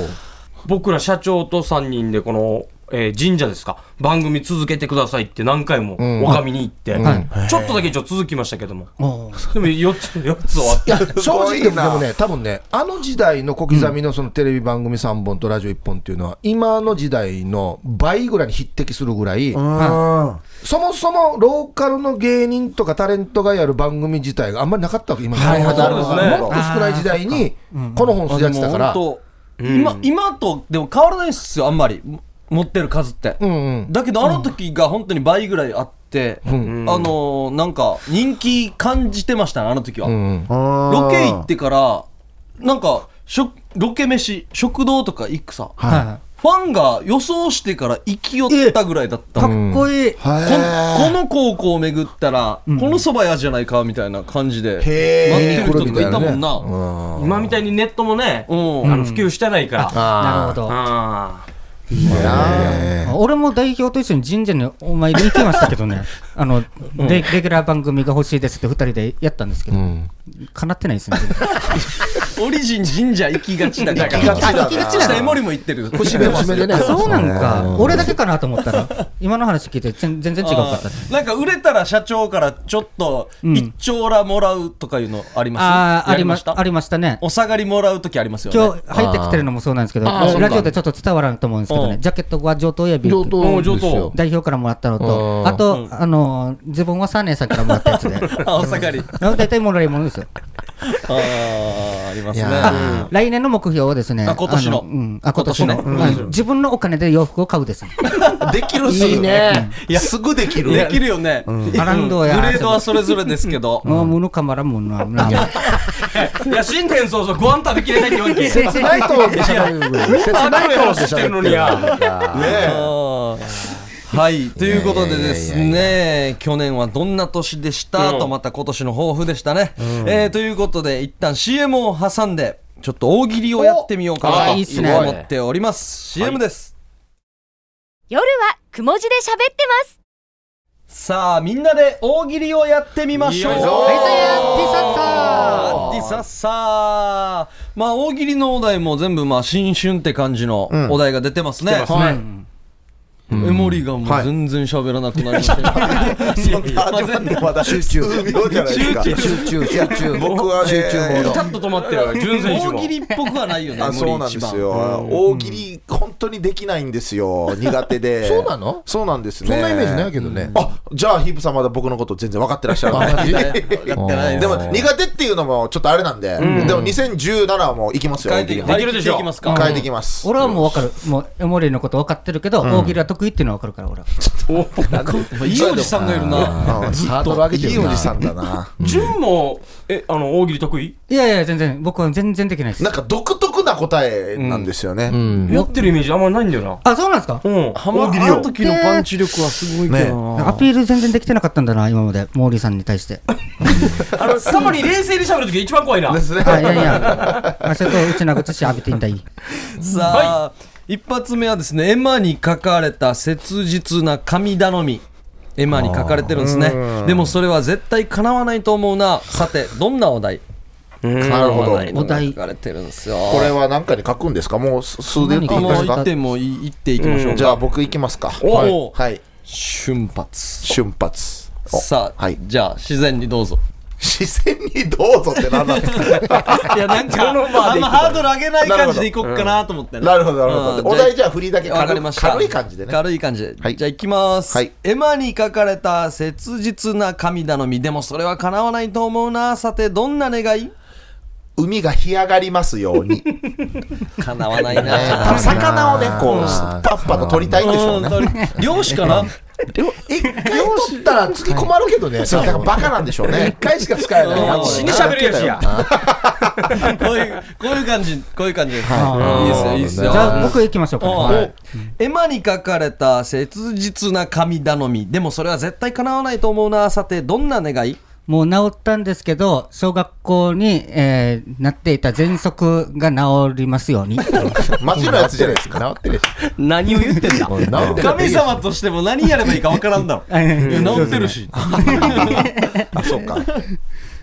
僕ら社長と3人でこの、えー神社ですか番組続けてくださいって何回も
ん
おかみに行って、
はい
ちょっとだけ一応続きましたけども
おう
でも4つ4つ終わっ
い
て
や正直で
すごい
も
な
ね、多分ね、あの時代の小刻みのそのテレビ番組3本とラジオ1本っていうのは、今の時代の倍ぐらいに匹敵するぐらい、
あ。
そもそもローカルの芸人とかタレントがやる番組自体があんまりなかったわけ、今、
はいはい
なる
そうですね
もっと少ない時代に、この本
あ
数
で
やって
も
たから、
本当今今とでも変わらないっすよあんまりも持ってる数って、
うんうん、
だけどあの時が本当に倍ぐらいあって、あのーなんか人気感じてましたねあの時は、
うん
ロケ行ってからなんか食ロケ飯食堂とか行くさ、
はいは
ファンが予想してから行き寄ったぐらいだった
い。
の、
かっこいい。
こんこの高校を巡ったら、この蕎麦屋じゃないかみたいな感じで待ってる人とかいたもんな、
うん
今みたいにネットもね、
うん
あの普及してないから、あ
なるほど。
あ
俺も代表と一緒に神社にお参り行きましたけど ね、あの、レレギュラー番組が欲しいですって2人でやったんですけど、叶ってないですね。
オリジン神社行きがちだから。
行きがちだな
あ行きがちだ。江森も行ってる。
節目節目でね、
そうなんか、俺だけかなと思ったら、今の話聞いて全全然違うかったね。
なんか売れたら社長からちょっと一丁羅もらうとかいうのあります
ああ、あ
や
りまし
した
た、ありましたね。
お下がりもらうときありますよね。
今日入ってきてるのもそうなんですけど、
ー
ラジオでちょっと伝わらんと思うんですけど
う
ね、
ん
ジャケットは上等やビ
上
ーク。
等ですよ。
代表からもらったのと、
あー
あと、あの、自分はサーネーさんからもらったやつで。
あお下がり。
あの大体もらい物ですよ。
ああ、ありますね。
や
来年の目標をですね、
あ今年の
あうんあ、今年の
今年
はい自分のお金で洋服を買うです。
できるっす
いいね。
いや、すぐできる。
できるよね。うん
アランド
グレ
や
ードはそれぞれですけ ど。
もう、ものかまらんもんな。な
あいや新年早々ご飯食べきれないって言われて
切ないとでしゃべる。切ないとでしゃ
して
べ
る
る
のにや
ね
あー はいということでです
いやい
ね去年はどんな年でした、
うん
とまた今年の抱負でしたね、えーということで一旦 CM を挟んでちょっと大喜利をやってみようかなと
おあーいいっすね
思っております、CM です、
夜はくも字で喋ってます
さあみんなで大喜利をやってみましょう
よいしょ
はい
は
アンティサッサーまあ大喜利のお題も全部まあ新春って感じのお題が出てますね、
ますね
はい
うん
エモリがもう全然喋らなくなりましたけど、
そんな始まってまだ数秒じゃないですか。
集中、集中、
僕はね
集中モード
ピタ。ッと止まってる純選手
大
も
喜利っぽくはないよね
あ
エモリ一
そう
番
なんですよ。大喜利、本当にできないんですよ。苦手で。
そうなの
そうなんですね。
そんなイメージないけどね。
あ、じゃあ、ヒープさんまだ僕のこと全然分かってらっしゃる。
やってない
で
で
も
も
苦手っていうのもちょっとあれなんで、でも2017はもういきますよ、
変えて
大喜
できる
利
でしょ
できますか
変えてきます。
俺はもう分かる。もう、エモリーのこと分かってるけど、大喜利は得意っていうのは分かるから、俺は。
いいおじさんがいるな
うんずっと
ハードル上げてるない
いおじさんだな。
純もえあの大喜利得意
いやいや、全然、僕は全然できないです
なん。か独特楽な答えなんですよね。
うん
やってるイメージあんまりないんだよ
あ、そうなんですか
な。うん。
ハマ
大
っ
喜利を
た時のパンチ力はすごいけどな、
アピール全然できてなかったんだな、今まで、モーリーさんに対して。
あ の、サモリ冷静に喋るときが一番怖い な。
ですね。
あいやいや、あちょっとうちなぐちし浴びていんだい。
さあ、一発目はですね絵馬に書かれた切実な神頼み絵馬に書かれてるんですねでもそれは絶対かなわないと思うなさてどんなお題
なるほど。
お題書かれてるんですよ
これは何かに書くんですかもうす数で言っていい
も
で
う
す
行
か
ってもいい行っていきましょう
じゃ
か、
あ僕行きますか。
お
はい
お
はい。
瞬発
瞬発。お
さあ、
はい。
じゃあ自然にどうぞ
自然にどうぞって何なんですか
いやなんかあんまハードル上げない感じでいこうかなと思ってね
なるほど、なるほ
うん
ど。お題じゃあ振りだけ
わかり
軽
ま
く
した
軽い感じでね。
軽い感じで、
はい
じゃあいきます、
はい
絵馬に書かれた切実な神頼みでもそれは叶わないと思うなさてどんな願い
海が干上がりますように。ね
叶わ ないな
多分魚をね、こう、パッパと取りたいんでしょうね。
うん漁師かな
一回取ったら次困るけどね。そう、だからバカなんでしょうね。一回しか使え
ない
死に喋るやつや。
こういうこういう感じこういう感じです、い、いですよいいです
じ
よ
ゃあ、僕行きましょうかね。
はい絵馬に書かれた切実な神頼みでもそれは絶対叶わないと思うなさてどんな願い
もう治ったんですけど、小学校に、えーなっていた喘息が治りますように。
マジのやつじゃないですか。治ってる
何を言ってん だ
でしょ。治ってる
神様としても何やればいいかわからんだろいや治ってるし
あ、そうか。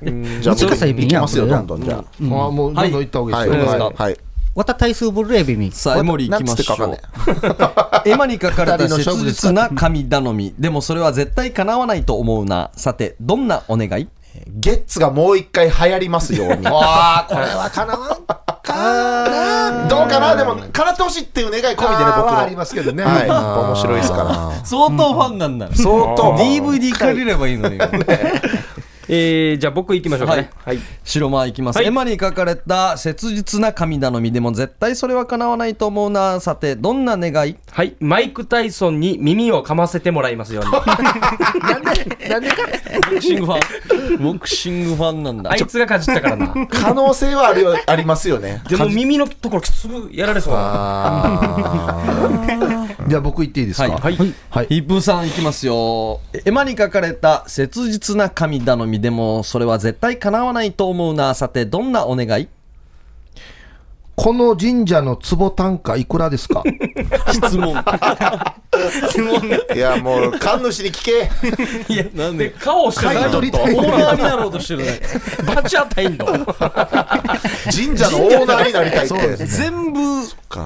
じゃあ、
一
僕
かさいび
行
ん
き
や
ますよ、
これ
ど
なん
どんじゃ
うんあもうどんどん行った方
あ。は
がい
い、
いですよ、
はい
はい。
わた体数ブルエビミ。
さあ、エモリー行きましょ
なんつって
う。絵馬に書かれた切実な神頼み。でもそれは絶対叶わないと思うな。さて、どんなお願い
ゲッツがもう一回流行りますよ うに。ああ、これは叶わんかな。どうかなでも、叶ってほしいっていう願い込みでね、
あー
僕
は
の。
ありますけどね
はい。
あー
面白いですから。
相当ファンなんだ。
相当。
DVD 借りればいい のに。
えー、じゃあ僕行きましょうかね。はい。
白間行きます。
はい
絵馬に書かれた切実な神頼み。でも絶対それは叶わないと思うな。さて、どんな願い
はい。マイク・タイソンに耳を噛ませてもらいます ように。
ボクシングファン。ボクシングファンなんだ
あいつがかじったから な。
可能性はあるよ ありますよね。
でも耳のところすぐやられそうな。
じゃあ僕行っていいですか、
はい
はい。
ヒップーさんいきますよ絵馬に書かれた切実な神頼みでもそれは絶対叶わないと思うなさてどんなお願い
この神社の壺単価いくらです か
質問
いや、もう、神主に聞け。
いやなんで
顔をしてる
買い
な
取り
オーナーになろうとしてるね
バチ当たりんの。
神社のオーナーになりたいって。
そうです
全部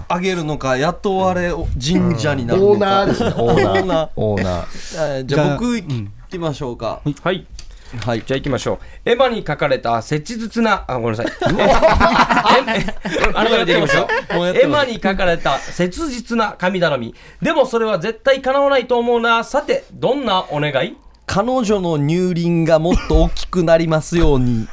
あげるのか雇われ神社になるのか、
オーナーですねオ
オ
ーナ
ーナ
ーオーナ
ー
ー
えーじゃあ僕いきましょうか、
はい。
はい
じゃあ行きましょう。エヴァに書かれた切実な、あ、ごめんなさい。え改めていきますよ。
もうやってます
エマに書かれた切実な神頼み。でもそれは絶対叶わないと思うな。さて、どんなお願い
彼女の乳輪がもっと大きくなりますよう に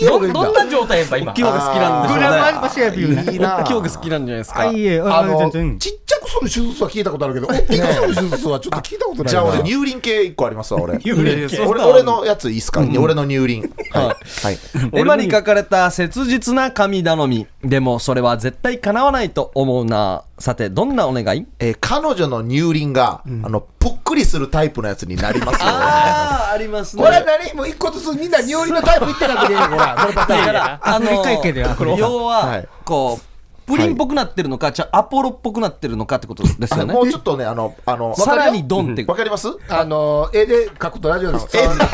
どどんな状態やっぱ今
大。きい方が好きなんでしょう
グ
ね
ラマンパシエビミ。
いいな
大きい方が好きなんじゃないですか
あ、いいえ、
あ
あ
の
全
ちっ
然。
ちゃくする手術は聞いたことあるけど大きくする手術はちょっと聞いたことないな
じゃあ俺、乳輪系一個ありますわ、俺。
輪系
俺俺のやついいっすか俺の乳輪。はい。はい
絵馬に書かれた切実な神頼みでもそれは絶対叶わないと思うなさてどんなお願い
えー彼女の乳輪が、あの、ぷっくりするタイプのやつになりますよ。
あああります
これ何もう一個ずつみんな乳輪のタイプいってなくていいのほらこのパターン
あの
振り返けでこれ
要
は
はいこうプリンっぽくなってるのかじゃあアポロっぽくなってるのかってことですよ
あ
ね
もうちょっとね、あの、あの、
さらにドンって
わかります
あの絵で描くとラジオですこういうや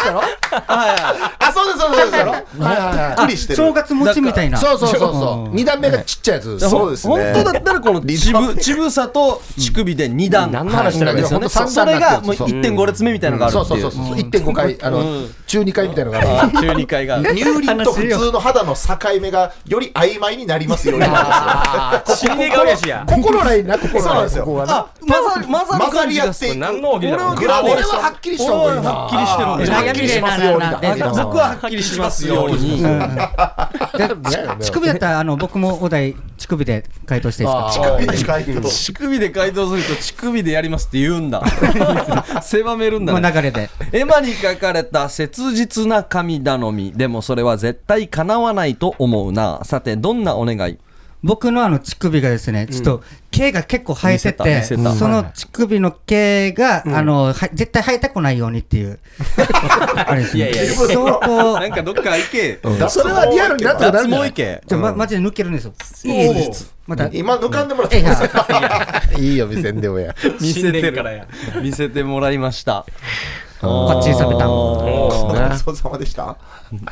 つやろ
あ、そうです、そうです、そうですやろ。ぷっくりして
正
る。
月餅みたいな。
そうそうそうそう二段目がちっちゃいやつ
そうですね
本当だったらこのちぶちぶさと乳首で2段
何の話してるん
ですよね
いやほんと
そ
三段
れ
にな
が
って
もう
るそう
1.5列目みたいなのがある
そう
って
そう
い
そううそう1.5回あの中2回みたいなのがあ
あー中二階が
乳輪と普通の肌の境目がより曖昧になりますようになりま
死に顔やしや。
る心ないな心
そうなん
ない
ですよ
ここはな
あ混ざる混ざ
すよ。
る
混ざ
感じ
り合
が
っ
する
てい
これ
く。
何の大喜利だろう
グラデーシ
俺
ョン
ははっきりした方がいいな
はっきりしてるんで
はっきりしますようにだ。
あ僕ははっきりしますように。
でち乳首だったら、あの、僕もお題、乳首で回答していいですか
あ
近い近いけど
乳首で回答すると乳首でやりますって言うん だ狭めるんだ、ね
まあ、流れで。
絵馬に書かれた切実な神頼みでもそれは絶対叶わないと思うなさてどんなお願い
僕のあの乳首がですね、ちょっと毛が結構生えて
見せ
て、
た見せた
その乳首の毛が、あの、は絶対生えてこないようにっていう。あれですね。
いやいやいや
相当
なんかどっか行け
それはリアルになってな
脱
るん
毛
じゃな
行
い
け
じゃあ、ま、マジで抜けるんですよ。
おー
また、
今抜かんでもらっ
え
て
い
いいで
や
すか、
いいよ見せんでもや
見せて
新
る
年からや
見せてもらいました
こっちに冷めた
おー
お疲れ様でした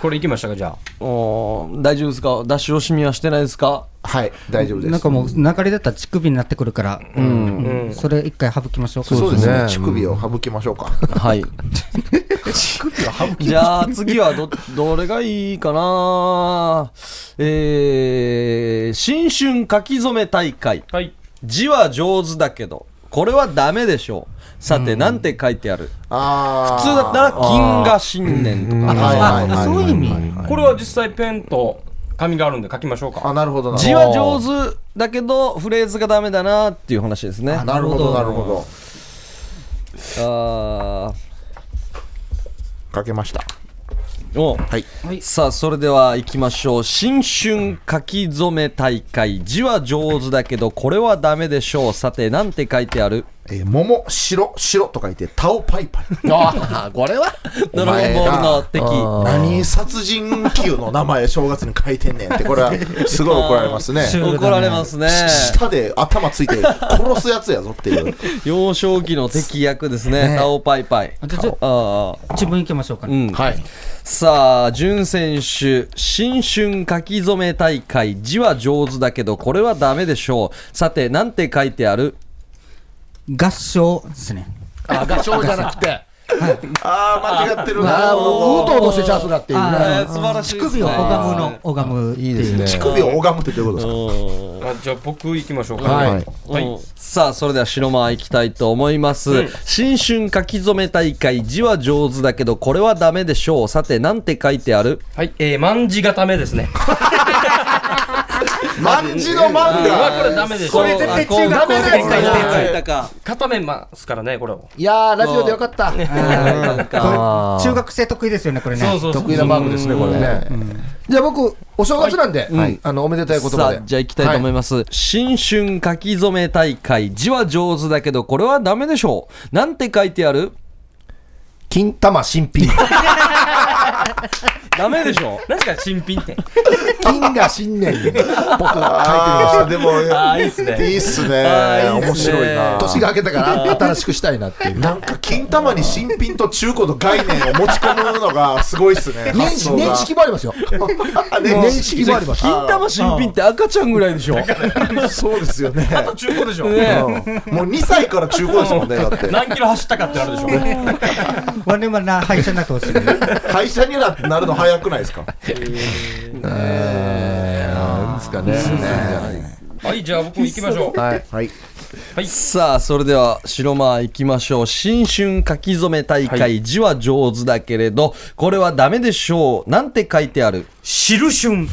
これいきましたかじゃあ
おー大丈夫ですか出し惜しみはしてないですか
はい大丈夫です
なんかもう、流れだったら乳首になってくるから、うんそれ一回省きましょうか。
そうですね
ね
乳首を省きましょうか
はいじゃあ次は どどれがいいかなえー、新春書き初め大会
はい
字は上手だけどこれはダメでしょうさて、なんて書いてある
あ
普
あ
通だったら金河新年とか、
はいはいはい
あ、そういう意味。
これは実際ペンと紙があるんで書きましょうか
あなるほどな
字は上手だけどフレーズがダメだなっていう話ですね
なるほどなるほど
あ
かけました
ーお
はい
さあそれでは行きましょう新春書き初め大会字は上手だけどこれはダメでしょうさてなんて書いてある
えー、桃白白と書いてタオパイパイ
ああこれは
ドラゴンボールの敵
何殺人鬼の名前正月に書いてんねんってこれはすごい怒られ ますね
シュールだね
怒られますね
舌で頭ついて殺すやつやぞっていう
幼少期の敵役ですね
ね
タオパイパイ
じゃあちょ
ああ
自分行きましょうか
う
ね。
ん
はい
さあ、準選手、新春書き初め大会、字は上手だけど、これはダメでしょう。さて、なんて書いてある
合唱ですね。
あ合唱じゃなくて
ああ間違ってる
あ
な
あもううとうとしてチャンスだっていう
あ
ね
ー
素晴らしいですね
乳首を拝むの、拝むって
いいで
いう。
す
乳
ね
首を拝むってどういうことで
あじゃあ僕行きましょうか
はい
はい
うんさあ、それでは白間行きたいと思います。新春書き初め大会、字は上手だけど、これはダメでしょう。さて、なんて書いてある
はいえー 卍固めですね
すか万字の漫
うわこ
画
れダメでし
こ
ょ
れ
絶対中学校
で書いて
で書い
たか。
固めますからねこれを
いやーラジオでよかった
これ中学生得意ですよね、これね。
そう
得意な番組ですねこれねじゃあ僕お正月なんではいあのおめでたい言
さ
葉
あ、
で
じゃあ行きたいと思い
ま
ます。新春書き初め大会、字は上手だけど、これはダメでしょう。なんて書いてある
す金玉新品
ダメでしょう。
何ですか新品って
金が新年に僕書いてみまし
あーでも
あーいいっすね
いいっすね
あーいいっ
面
すね
白いな
た年が明けたから新しくしたいなっていう
なんか金玉に新品と中古の概念を持ち込むのがすごいっすね
年式年式もありますよ
あ年
年式もあります
金玉新品って赤ちゃんぐらいでしょね
そうですよね
中古でしょ
うんもう2歳から中古ですもんね だって
何キロ走ったかってあるでしょ
ワンレマな敗者になってほしいね。
会社になるの早くないですか
なんですかね
はいじゃあ僕も行きましょう
はい
はい
さあそれでは白間行きましょう新春書き初め大会、字は上手だけれどこれはダメでしょうなんて書いてある
知る旬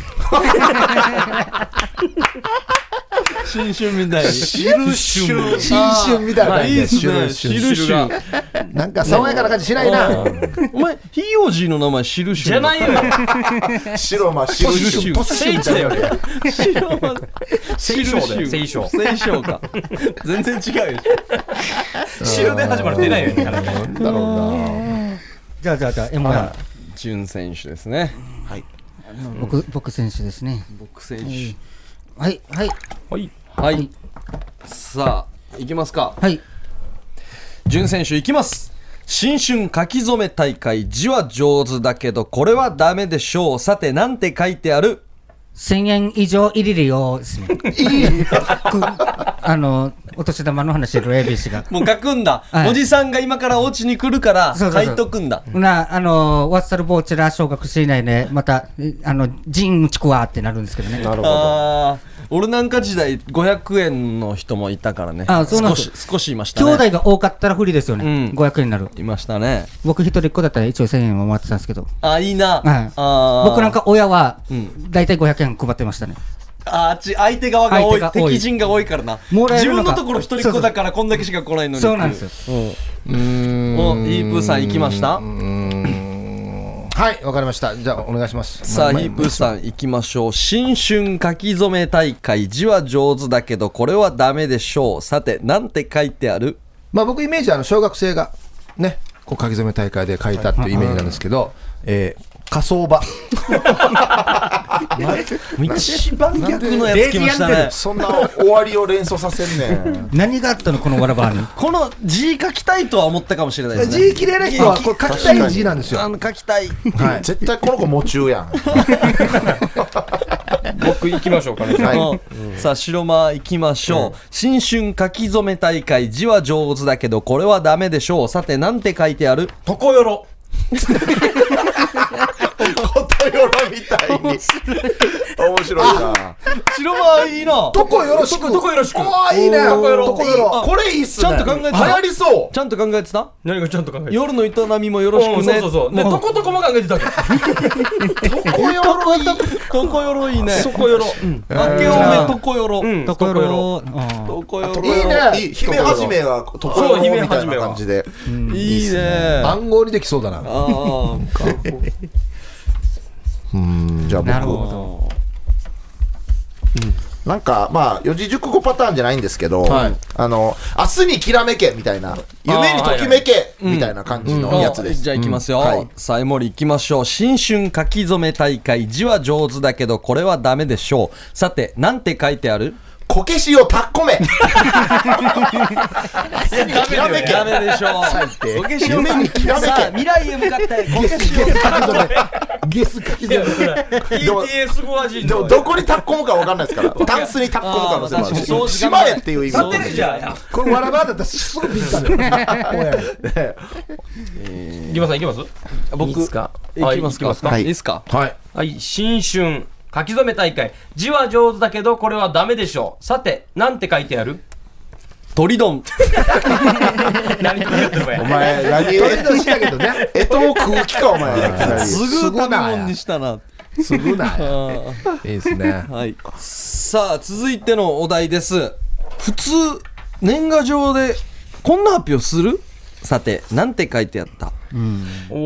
新春みたいに
印
新春みたいな感
い
じ
いっ
ですシュ
ね
ルシュル
印
なんか爽やかな感じしないな
お前ひいおじいの名前印
じゃないよ
白ま白
印
白
聖地だよね
白間
聖書だよ聖書
聖書か 全然違うよ
白で始まる出ないよねからね
だろうな
じゃあ、じゃあ、じゃあ、M1、
潤選手ですね
僕、僕選手ですね。
僕選手
はい、はい、
はい
はい、さあ行きますか
はい。
準選手いきます新春書き初め大会字は上手だけどこれはダメでしょうさてなんて書いてある
1000円以上入れるようですね。くあの、お年玉の話してる AB 氏が。
もう書くんだ、
はい
おじさんが今からお家に来るから
そうそうそう
書いとくんだ
な、あのー、ワッサルボーチェラ小学市内で、また、えあの、ジンチクワーってなるんですけどね。
なるほど。
あー俺なんか時代500円の人もいたからね
あそうなん
少
です
し少しいました
兄
ね
弟が多かったら不利ですよね。
うん
500円になる。
いましたね
僕一人っ子だったら一応1000円はもらってたんですけど。
あいいな、
はい
あー
僕なんか親は
ん、
だいたい500円配ってましたね。
あっち相手側が多い
相手が多い
敵陣が多いからな
もらえ
自
るの
分
が
のところ一人っ子だからこんだけしか来ないのに
そうなんですよ。
おヒープーさん行きました
はい、わかりました。じゃあ、お願いします。
さあ
ま
ヒープーさん行きましょう新春書き初め大会字は上手だけどこれはダメでしょうさてなんて書いてある
まあ、僕イメージはあの小学生がねこう書き初め大会で書いたっていうイメージなんですけど、えー、火葬場
一番逆のやつ来ましたね
そんな終わりを連想させんねん。
何があったのこのわらばに。
この字書きたいとは思ったかもしれないです
字
ね
綺麗な人はこれ書きたい字なんです
あ
よ
の書きたい
はい
絶対この子夢中やん。
僕行きましょうかね。
はい。
うんさあ白間行きましょう、新春書き初め大会字は上手だけどこれはダメでしょうさてなんて書いてある
床よろ。
ことよろみたいに。面白いな。
白間いいな
どこよろしく
床床よろしく。
ああいいね
どこよろ
どこよろ
あ
これいいっすね。
ちゃんと考えて
流
た
行りそう。
ちゃんと考えてた
何がちゃんと考えてる。
夜の営みもよろし
う
く
んそう
ね
そうそう。ね、とことこも考えてたけど。
こよろいい。
とこよろいいね
そこよろ。うん。
明けおめとこよろ
うん
とこ
床よろ。
ろ、うん
とこよろ
いい
ね
ね。姫はじめが、とこ
そう
ろ
姫
みた
はじ
い
め
な
は
感じで。
いいねあ
暗号にできそうだな
あ
じゃあ
なる
僕、
ほど。
なんか、まあ、四字熟語パターンじゃないんですけど、あの、明日にきらめけみたいな、夢にときめけみたいな感じのやつです。
じゃあ行きますよ、
うんはい
さあ江森行きましょう新春書き初め大会字は上手だけどこれはダメでしょうさてなんて書いてある
こけしをたっこ め明日にきらめけ
ダ メでしょうこけしを
夢にきらめけ
さあ未来へ向かってこけし
ゲス書き初め
でも
TTS 語味
で
の。
もどこにたっこむかわかんないですから、タンスにたっこむ可能性もあ
あー確
る
かに
し、しまえっていう 意味
そう
も
で
勝手にじゃあ。
これわらばだったらすぐビッタ
行きます行きます
僕
いいですか
行きますか
はい行きますか
はいいいですか
はい
はい新春書き初め大会字は上手だけどこれはダメでしょうさてなんて書いてある
鳥丼
何とかやってるわ
お
や
前、何
取り出しだけどね
えとを食う気か、お前。
すぐ食べ物にしたな
すぐな
あ
い
ー
いですね
はい、さあ続いてのお題です普通年賀状でこんな発表するさてなんて書いてあった
あ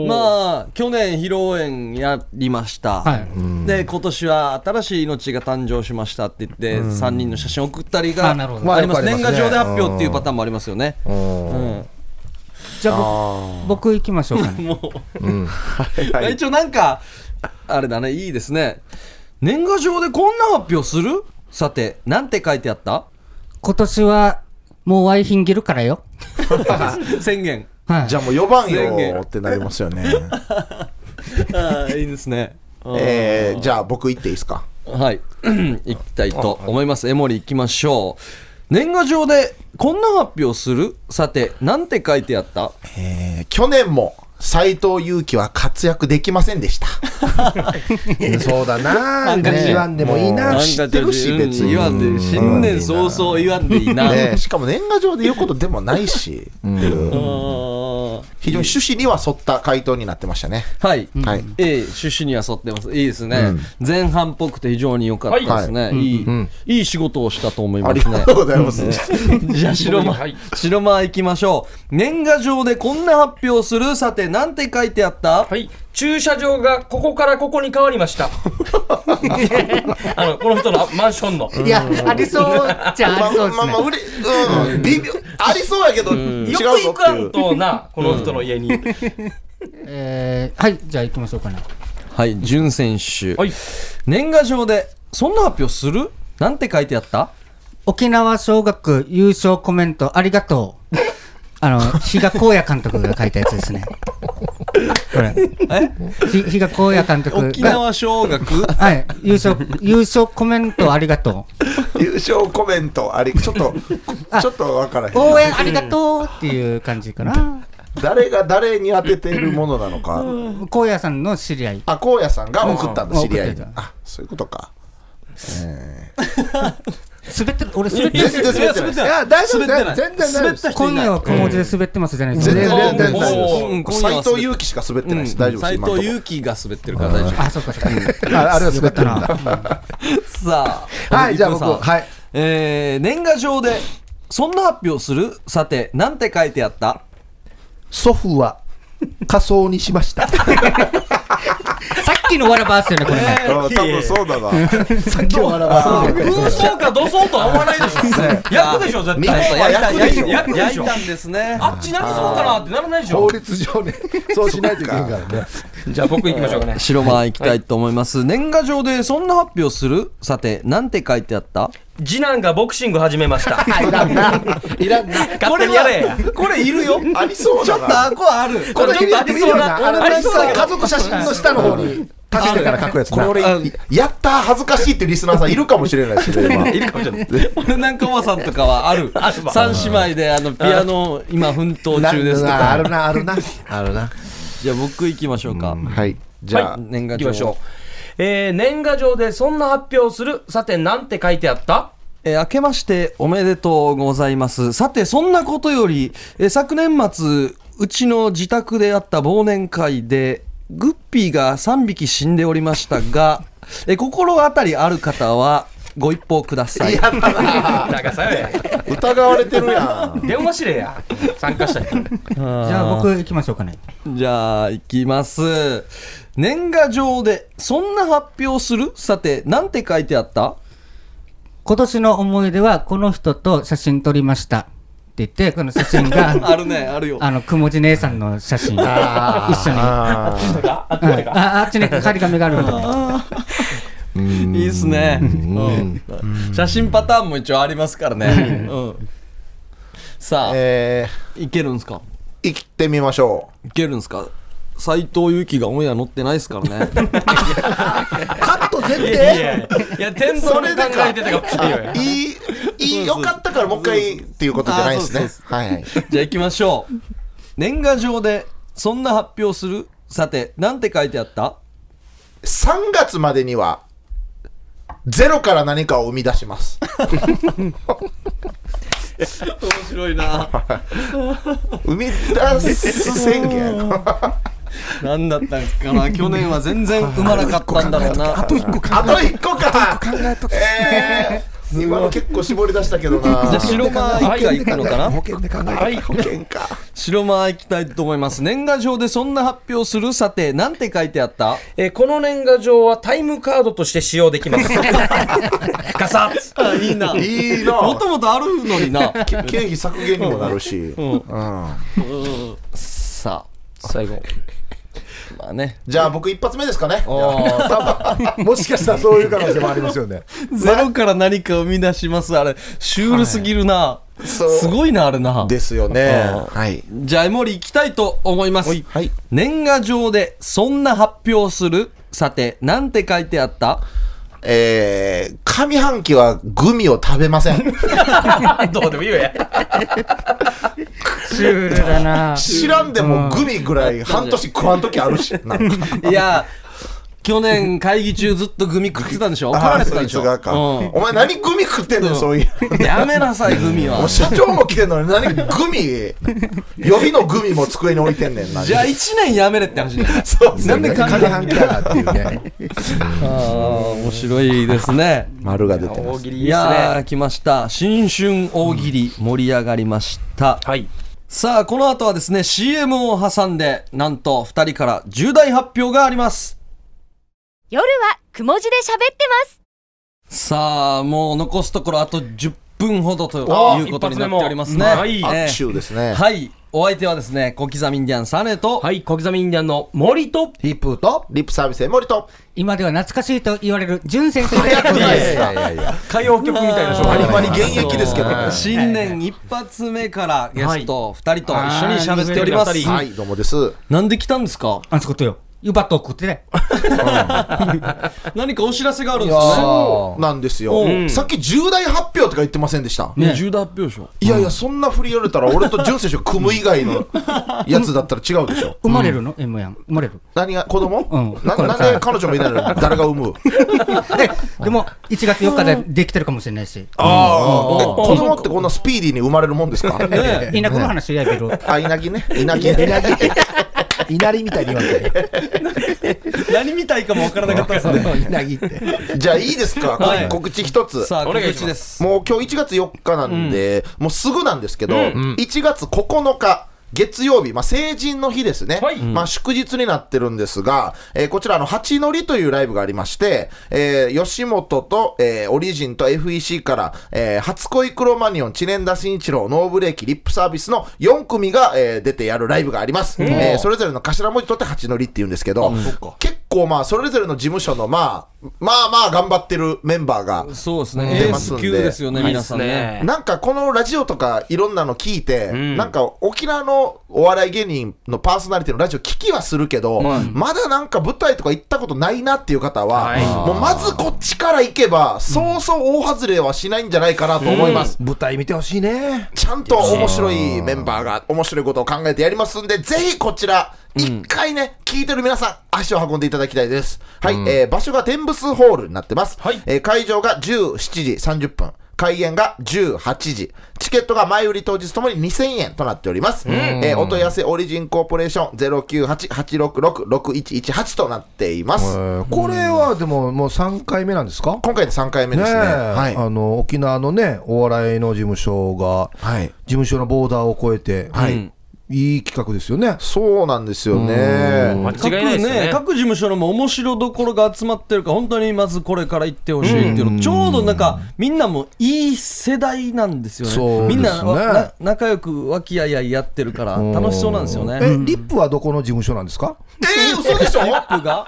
まあ去年披露宴やりました、
はい
で今年は新しい命が誕生しましたって言って、3人の写真送ったりが
あ
あ
なるほど
ります,、
まあよ
年
くあ
賀
りますね
状で発表っていうパターンもありますよね、うん
じゃあ、僕僕行きましょう かね。
まあ一応なんかあれだねいいですね年賀状でこんな発表するさてなんて書いてあった
今年は、もうワイヒンギルからよ。
宣言
はい。
じゃあもう4番
宣言
よってなりますよね。
あーいいですね。
えー、じゃあ僕行っていいですか。
はい。 行きたいと思います。江森行きましょう。年賀状でこんな発表するさて、なんて書いてあった
えー去年も斎藤佑樹は活躍できませんでした。
そうだな
なんかね
言わんでもいい
あ
な
も
なん
う知
か
ってるし別に
言わんでいい、新年早々言わんでいいな。
ね、しかも年賀状で言うことでもないし、っていう
あー
非常に趣旨には沿った回答になってましたね。
はい。
はい。
ええ、趣旨には沿ってます。いいですね。前半っぽくて非常に良かったですね。いい、いい仕事をしたと思い
あ
ま
り
すね
がと。うございます。
じゃあ白間、
はい
白間行きましょう。年賀状でこんな発表するさて、なんて書いてあった
はい駐車場がここからここに変わりましたあのこの人のマンションの
いや、ありそうじゃあ
まあ
りそうで
まあ
す
まあ、
ね。
うれ、うん、微妙、ありそうやけど、違う
よく
ぞ
行
って
か
い
ん
う。
となこの人の家に
えーはい、じゃあ行きましょうかね。
はい、潤選手、
はい
年賀状でそんな発表するなんて書いてあった
沖縄小学優勝コメン トありがとう。あの、比嘉光也監督が書いたやつですね。これ。ひ比嘉公也監督
沖
が、
縄小学
はい、優勝、優勝コメントありがとう。
優勝コメントありちょっとちょっとわからへん
応援ありがとうっていう感じかな。
誰が誰に当てているものなのか
荒野さんの知り合い。
あ荒野さんが送ったんだ
うん
知り合い
送
に
って
あそういうことか
滑ってる、俺滑って
全
る。
然滑ってない
い
です
や
いや、大丈夫
滑ってない
全然大丈夫です。
今夜は小文字で滑ってますじゃないですか。
全然
ね
全然大丈夫
うんうん今夜
斎
は
藤佑樹しか滑ってないです大丈夫です
斎
今のと
藤
こ
佑樹が滑ってるから大丈
あ、そうかそうか。
ああれは滑ってるんだ。
さあ、
はい、じゃあ僕、
さん
はい。
えー年賀状で、そんな発表するさて、なんて書いてあった
祖父は仮装にしました。
さっきのわらばっすよね、これね。
あ多分そうだな
さっき笑わせて
空想か土想とは思わないでしょ焼くでしょ絶
みんな
対
は焼くでしょ
焼くで
焼
し
い
ょ
たんですね。
あっち何そうかなってならないでしょ
法律上ね、そうしないといけんからね。
じゃあ僕行きましょうかね
白間行きたいと思います。年賀状で、そんな発表するさて、なんて書いてあった
次男がボクシング始めました
いらんな。いらんな。
勝手にやれ
これいるよ。
ありそうだな
あ、これある。
これ入れてみような。あの、
ありそうだけど
家族写真の下の方に立してから書くやつな。
これ俺
あ
やったー恥ずかしいっていうリスナーさんいるかもしれ ないですね今
いるかもしれない
俺なんかおばさんとかはある。三姉妹で、あの、ピアノ、今、奮闘
な
中ですと
なあ
か。
るな、あるな。あるな。
じゃあ、僕行きましょうか。
はいじゃあ
年賀
行
状。
きましょう。えー年賀状でそんな発表をするさてなんて書いてあった
えー明けましておめでとうございます。さて、そんなことより、えー昨年末、うちの自宅であった忘年会で、グッピーが3匹死んでおりましたが、えー心当たりある方は、ご一報ください。
なんかさよや
疑われてるやん
電話しれや参加した人
じゃあ僕行きましょうかね。
じゃあ、いきます。年賀状で、そんな発表するさて、なんて書いてあった
今年の思い出はこの人と写真撮りました。って言って、この写真
あ
が、
るね、あるよ。
あの、くもじ姉さんの写真、一緒に。あ
あー
があっ
は
た
い
か
ああっちに張り紙があるので。
いいっすね、うん写真パターンも一応ありますからね、うんさあ、
え
いけるんすか
ー生きてみましょう
いけるんすか斎藤佑樹がオンエア乗ってないですから ね
カット絶
い
対。
やいやいや天童の考えてたかもしれんよ
いい、いい、よかったからもう一回っていうことじゃないんですね。はいはい。
じゃあ行きましょう年賀状でそんな発表するさてなんて書いてあった
3月までには、ゼロから何かを生み出します。
面白いな
生み出す宣言。
何だったんすかな去年は全然生まなかったんだろうなあと1個
あと1個かえー今の結構絞り出したけど
じゃ
な
あ。白間一回行くのかな
保険で考えて。
はい
保険か。
白間行きたいと思います年賀状でそんな発表するさてなんて書いてあった
えーこの年賀状はタイムカードとして使用できます ガサッ
あいいな
いいな。
もともとあるのにな
経費削減にもなるし。うん
さ
最後
あまあね
じゃあ僕一発目ですかね。
もしかしたらそういう可能性もありますよね。
ゼロから何か生み出しますあれシュールすぎるな、
そう
すごいなあれな
ですよね。はい。
じゃあ江森行きたいと思います、
はい。
年賀状でそんな発表するさてなんて書いてあった
えー、上半期はグミを食べません。
どうでもいいよや
シュールだな。
知らんでもグミぐらい半年食わん時あるし、なんか。
いや去年会議中ずっとグミ食ってたんでしょ怒られてた
あ
で
ーそい
し
つ
ょ、
がか。お前何グミ食ってんのよ、そういう。
うん、やめなさいグミは
もう社長も来てんのに何グミ、予備のグミも机に置いてんねんな。
じゃあ1年やめれって話だよ
そう
な
なんん
で
で
か
か
上半期だっていうね。
あー面白いですね
丸が出てま
大
す。
喜利い
い
いっす
や
ね
ー来ました新春大喜利盛り上がりました、
はい
さあこの後はですね CM を挟んでなんと2人から重大発表があります
夜はくも字で喋ってます。
さあもう残すところあと10分ほどと
あー
いうことになっておりますね
一発目もはい
ええ
中ですね。
はいお相手はですね、小刻みインディアンサネと、
はい、小刻みインディアンの森と、
ヒップーと
リップサービス、江森と。
今では懐かしいと言われる淳先生で
いやいやいやいや
歌謡曲みたいな
バリバリ現役ですけどね。
新年一発目からゲスト二人と一緒に喋っております。
はい
はい、どうもです。
なんで来たんですか
あんすことよ。湯葉と食ってね。
何かお知らせがあるん
い
で
や
すよ
ーなんですよ、
うん
さっき重大発表とか言ってませんでした、
ね。ね重大発表でしょ。
いやいやそんな振り寄れたら俺と純選手が組む以外 のやつだったら違うでしょ
生まれるの ?M やん。生まれる。
何が子供、
うん
ななんで彼女もいないのに誰が産む
で、でも、1月4日でできてるかもしれないし。
ああ
うん
子供ってこんなスピーディーに生まれるもんですか
ね
稲子の話やけど。
あ稲城ね稲城
いなぎいなりみたいに言われて
何みたいかもわからなかったですね。
いなぎって
じゃあいいですか、
はい
告知一つ
さあ、
お願い
告
します
知です。
もう今日1月4日なんで、もうすぐなんですけど、1月9日。月曜日、まあ、成人の日ですね、
はい
まあ、祝日になってるんですが、えーこちら、あの、八のりというライブがありまして、えー吉本と、えーオリジンと FEC から、えー初恋クロマニオン、知念田慎一郎、ノーブレーキ、リップサービスの4組が、えー出てやるライブがあります。えーそれぞれの頭文字取って八のりって言うんですけど、結構、まあ、それぞれの事務所の、まあ、まあまあ、頑張ってるメンバーが
そうです
うん
ね。エース級
出ますんで
ですよね、皆さんね。
いいっすね
なんかこのラジオとかいろんなの聞いて、
ん
なんか沖縄のお笑い芸人のパーソナリティのラジオ聞きはするけど、まだなんか舞台とか行ったことないなっていう方は、
はい
もうまずこっちから行けば、そうそう大外れはしないんじゃないかなと思います。
舞台見てほしいね
ちゃんと面白いメンバーが面白いことを考えてやりますんで、ぜひこちら、一回ね、聞いてる皆さん、足を運んでいただきたいです。はい、えー場所が天ブスホールになってます。
はい
えー会場が17時30分。開演が18時。チケットが前売り当日ともに2000円となっております。えーお問い合わせオリジンコーポレーション098-866-6118となっていま
え
す。
ーこれはでももう3回目なんですか
今回で3回目
ね
で
え
すね。はい。
あの沖縄のねお笑いの事務所が
はい。
事務所のボーダーを越えて、
はい
うんいい企画ですよね。
そうなんですよね。
間違いないですよね。
各各事務所のも面白どころが集まってるから本当にまずこれから行ってほしいっていうの、ちょうどなんかみんなもいい世代なんですよね
そうですね
みんなわな仲良く和気あいあいやってるから楽しそうなんですよね
え、リップはどこの事務所なんですか？
えー、嘘でしょ
僕が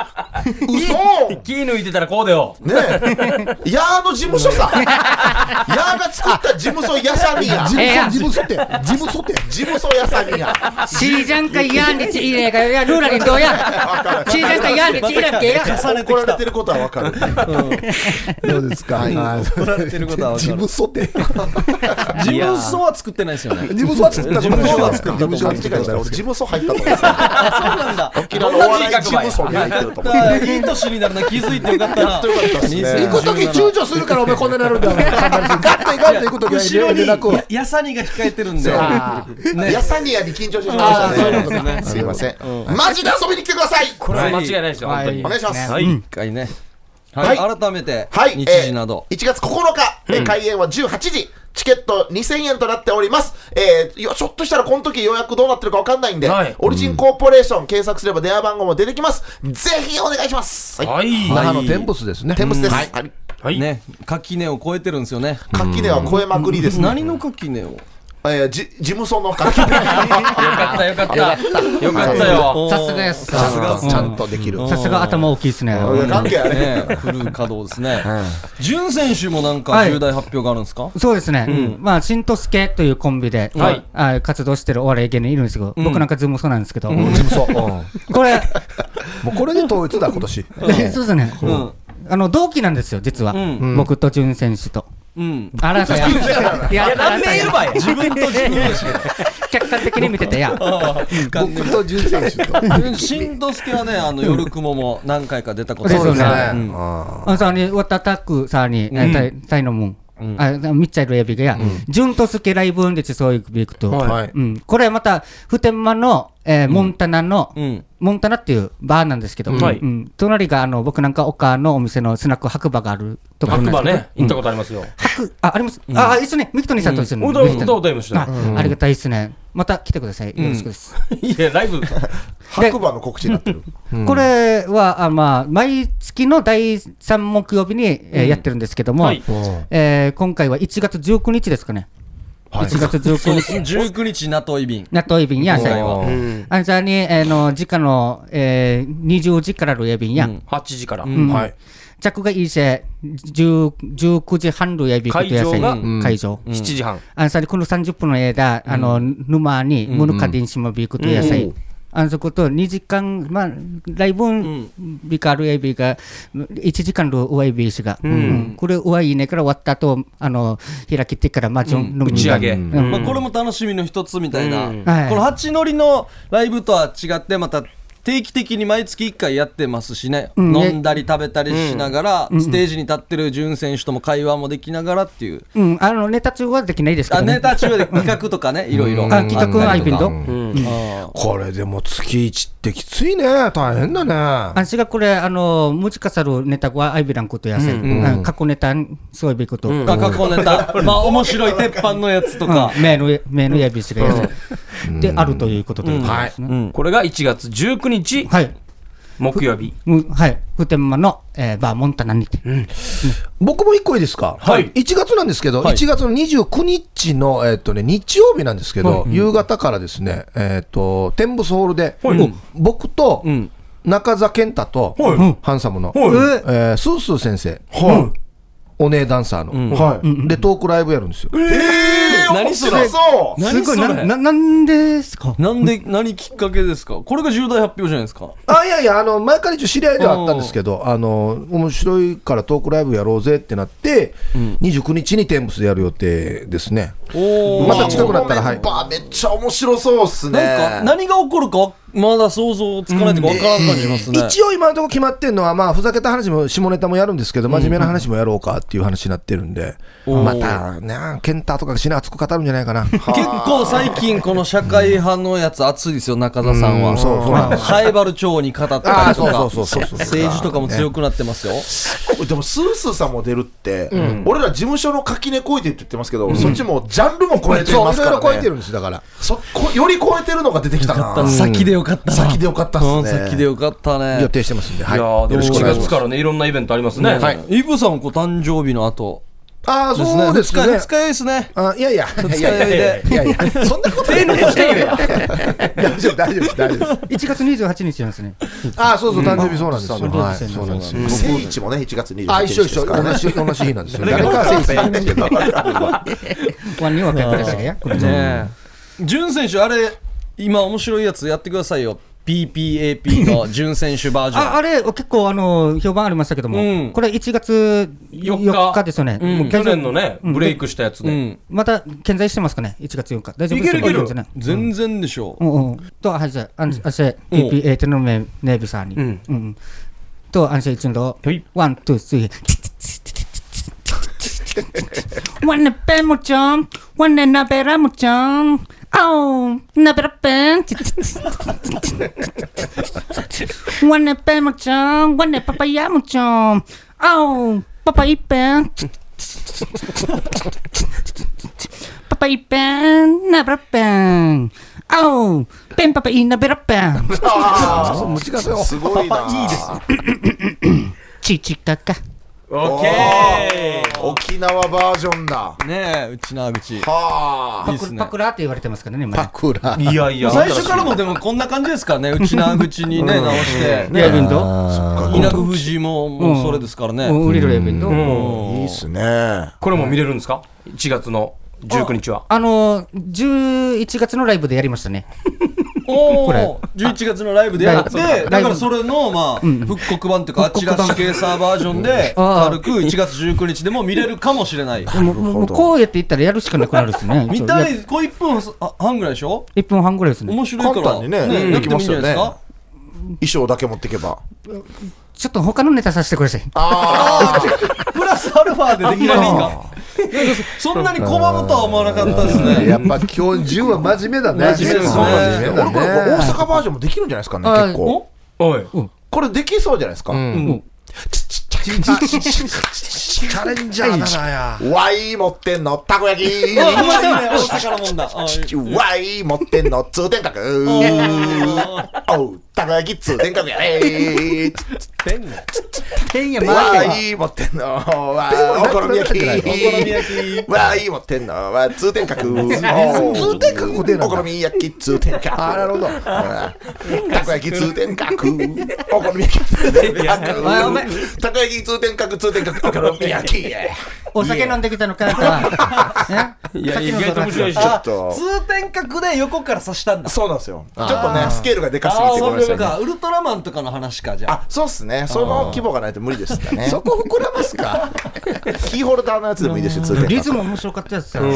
嘘
気抜いてたらこうだよ。
ねえ、ヤーの事務所さ、ヤーが作った事務所屋さんや
事、
えー
務所、事務所って、事務所って。
事務所屋さんや、
シージャンかいやんでちいれかやルーラリンどうや。シージャンかいやんでちいれけや。
重ねて
怒
き
られ
た
てることはわかる。
どうですか？はい
怒られてることはわかる
事務所って、事
事務所は作ってないですよね
務所は作ったことない。
事務所は作ったことない
勘違いしたら俺事務所入ったと 思うんです
そうなんだ
沖縄のお笑い事務所に入ってると思う。
いい年になるな気づいてよかったな
てよかったっすね
2017
行く時躊躇するからお前こんなになるんだよ。 ガッと行かんと行く時は
後ろに
連絡を
ややさにが控えてるんで
あーやさにやに緊張してしまい
あ
ま
ーそ
し
うい
た
うこと
ね。
ね
すいません。マジで遊びに来てください。
これは間違いないですよ、
は
本
い
当に。
お願いします。
はい。
一回ねはい改めて
はい、
日時など
えー1月9日、えー開演は18時、チケット2000円となっております。えー、よちょっとしたらこの時予約どうなってるかわかんないんで、
はい
オリジンコーポレーション検索すれば電話番号も出てきます。ぜひお願いします。
は
はい。
い。
那覇の天ブスですね。
天物です。
は
はいい。
はい。
ね垣根を越えてるんですよね
垣根は超えまくりですね。
何の垣根を
えー、じ事務所の垣根。
よかった、よかった。よかったよ。
さすがです。
ちゃんとちゃん
さ
とできる。
すが頭大きいですね。
うん関係あれ。
ねフル稼働ですね。潤選手もなんか
はい
重大発表があるんですか。
そうですね、まあ、しんとすけというコンビで、
はい
あ活動してるお笑い芸人いるんですけど、僕なんかズームそうなんですけど、
事務所。うんも
これ、
うこれで統一だ今 年。
そうですね、あの同期なんですよ、実は、僕と潤選手と。
うん。
あらさや、いや、
なんで言えばいい
自分と自分でし
客観的に見ててや、
僕と純選手と。
ょ。しんどすけはね、あの夜雲も何回か出たことある
そうですね
ん
あのさに、わたたくさに、えたいたいのもん、あ、みっちゃいるエビがや、潤とすけライブんでちそういうビクと、
はい。
うん、これまた普天間の、えーモンタナの、
うん
モンタナっていうバーなんですけど、
はい
うん、隣があの僕なんか丘のお店のスナック白馬があるところ
白
な
馬
んです
ね、
けど、
行ったことありますよ。
白ああります、ああ一緒ねミキトニーさんと一緒に、
お
ミ
だ、
キ
お
トニー
だ、おだいました。
あありがたいですねまた来てくださいよろしくです、
いや、ライブ。
白馬の告知にな ってる。
これはあ、まあ、毎月の第3木曜日に、えーやってるんですけども、
はい
えー今回は1月19日ですかね
はい
1月
そう
19
で
日、
す19日 NATO イビン
納豆エビンや、
今
最
回
後。
は
あんさに、えーの、時間の、えー、20時からのエビンや、
8時から。
うん
はい。
着がいいせ、10 19時半のエビンことやさ
会
い
場が
会場。
7時半。
あんさにこの30分の間、あの、沼に、ムヌカデンシマビークとやさ
う
い
ん。
あんそこと2時間、まあ、ライブンビカルエビが、1時間のウエビーしが、うんこれ、ウエいねから終わった後、あの、開きてから、まあ、ちょん、打
打ち上げ。
うん
まあ、これも楽しみの一つみたいな、
うん
はい
この八乗りのライブとは違ってまた定期的に毎月1回やってますしね、
うん
飲んだり食べたりしながら、ステージに立ってる潤選手とも会話もできながらっていう、
うん、あの、ネタ中はできないですけ
あ
どね
ネ。タ中で企画とかねいろいろ
あ企画はアイビンド。
これでも月1ってきついね大変だね
あんしがこれ、あの、ムジカサルネタはアイビランことやせ。あ過去ネタ、そういうこと。うん
過去ネタまあ面白い鉄板のやつとか、
目の、目のやびしがやせ。で、あるということでございますね。
これが1月19日
はい。
木曜日。
うんはい。普天間の、えーバーモンタナにて。
僕も一個いいですか、
はい
1月なんですけど、
はい
1月の29日の、えっとね、日曜日なんですけど、夕方からですね、えっと天武ソウルで、うん僕と、
ん
中澤健太と、ハンサムの、
はい
えースースー先生、
は
お姉ダンサーの、
はい。
でトークライブやるんですよ、
えー、
何
面
それ
白そう
何
すごい、
それ
な、な、なんですか
なんで何きっかけですかこれが重大発表じゃないですか
あいやいやあの前から一応知り合いではあったんですけどあの面白いからトークライブやろうぜってなって、29日に天武スでやる予定ですね
おお
また近くなったらはい
このメンバーめっちゃ面白そうっすね。
なんか何が起こるかわまだ想像つかないというか分からん感じしますね、
一応今のところ決まってるのは、まあ、ふざけた話も下ネタもやるんですけど、真面目な話もやろうかっていう話になってるんで、
うん
またね、ケンタとかが死ぬ熱く語るんじゃないかな。
結構最近この社会派のやつ熱いですよ中澤さん
う
は
んそうそうなんです
ハイバル町に語ったりと
あ
か
あ、そうそうそうそうそう。
政治とかも強くなってますよ
でもスースーさんも出るって、俺ら事務所の垣根越えてって言ってますけど、そっちもジャンルも超えて
そう、
ま
い
す
ろい
か
ろ超え
ら
て
ね
るんです、だから。
そこより超えてるのが出てきたな、
先でよかったな
先でよかったっすね
うん先でよかったね
予定してますんで、はい。
いやーでも
お願
1
いしま
月
す
からね、いろんなイベントありますね。
はい
イブさんもこう誕生日の後
ああ、そうです
二日
ね
二。日酔いですね
あいやいや、
二
い
日酔い
やいや、
で
いやいや、そんなことない。大丈夫、大丈夫です、大丈夫で
1月28日なんです ね。
す。ああ、そうそう、誕生日そうなんですよ。
ん
はい、
そうなんですよ
そうなんですよ。
聖一もね1月28日
あ、一緒一緒、
ですから
同
ね
じ、同じ日なんですよ。
誰
誰
が
か先生。
ワンにはかですがや。これ
ねえ潤選手あれ今面白いやつやってくださいよ PPAP の潤選手バージョン
ああれ、結構、あの、評判ありましたけども、
うん
これ1月
4
4日ですよね。
うん
もう
去
現在
年のね、ブレイクしたやつ
う
で。
ん
また健在してますかね、1月4日。大丈夫で
い
す
けるいける
全然
全然でしょう
うんうん。と、あじゃあ、あんあせ、
うん
PPA とのめ、ネイビさんに。
うん
うん。と、あんせ、いつんど
はい、
ワン、ツー、スリー。ワンナペもちゃん、ワンナナベラもちゃん、あお、ナベラペン、ワンナペもちゃん、ワンナパパヤもちゃん、あお、パパイペン、パパイペン、ナベラペン、あお、ペンパパイナベラペン、
あ
そう、難しいよ
ーすごいな
チチカカ。
オッケー
沖縄バージョンだ
ねえうちな口
はあ
い
パ
いっす
ク
ね
パクラって言われてますからね、今
パ
ね。
クラ。
いやいや、
最初からもでもこんな感じですからね、うちな口にね、直して、
レアビンド
稲具富士ももうそれですからね、
うんウリルレアビンド。
いいっすね
これも見れるんですか ?1 月の19日は。
あのー、11月のライブでやりましたね。
お
これ
お11月のライブでやって
ライブ
だからそれのまあ復刻版というかあちらし系サーバージョンで
あ
軽
ー
く1月19日でも見れるかもしれない。
もうもうこうやって言ったらやるしかなくなるですね
見た
い
いこれ1分半ぐらいでしょ
1分半ぐらいですね。
面白いから
簡単にね
や
で
って
き
も
ま
いいんじ
す
ゃな
よ
いで
ね
すか
衣装だけ持ってけば
ちょっと他のネタさせてください。
ああ
プラスアルファでできないですかなんかそんなに拒むとは思わなかったですね
やっぱ今日10は真面目だね。
真面目ですね
真面目
俺
だ
これ大阪バージョンもできるんじゃないですかね
あー
結構
おい。
これできそうじゃないですか
うん
チャレンジャーだなや。
ワイン持ってんのたこ焼き
あうまいよね大阪のもんだあー
ワイン持ってんの通天閣おうたこ焼き通天閣やね
ペンね
変 や、
わ
マジ
ーいい持ってんのわーお好み焼き
お
好み焼き
わーいい持ってんのわー 通天閣
通天閣でなんだ
お好み焼き通天閣
あーなるほど
うんたこ焼き通天 閣お好み焼き通天
やお前
閣たこ焼き通天閣通天閣 お好み焼き
お酒飲んできたのかあんたは。ね
いや、
さっき
意
の
外と面白いし。
ちょっと
通天閣で横から刺したんだ
そうなんですよちょっとねスケールがでかすぎてごめんなさいね
ウルトラマンとかの話かじゃあ
あそうっすねその規模がないと無理でしたね
そこ膨らますか
キーホルダーのやつでもいいですよ通天閣
リズム面白かったやつさ。
ね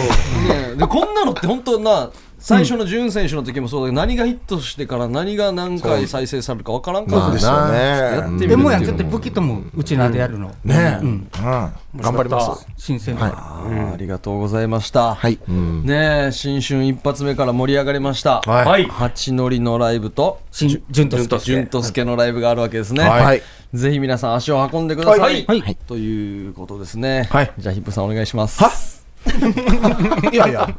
えでこんなのって本当な最初の潤選手の時もそうだけど、何がヒットしてから何が何回再生されるかわからんから
そう
で
ですす
よ
よ
ね
ね
やってみ
で
る
もやん、ちょっと武器ともうちなでやるの。
ねえ、うん、頑張ります。
新鮮な。
あーありがとうございました、
はい、
ねえ新春一発目から盛り上がりました、
はい
はい。
八のりのライブと
新、順として。
潤と助のライブがあるわけですね、
はい
ぜひ皆さん足を運んでください、
はい
はい
ということですね、
はい
じゃあヒップさんお願いします
いやいや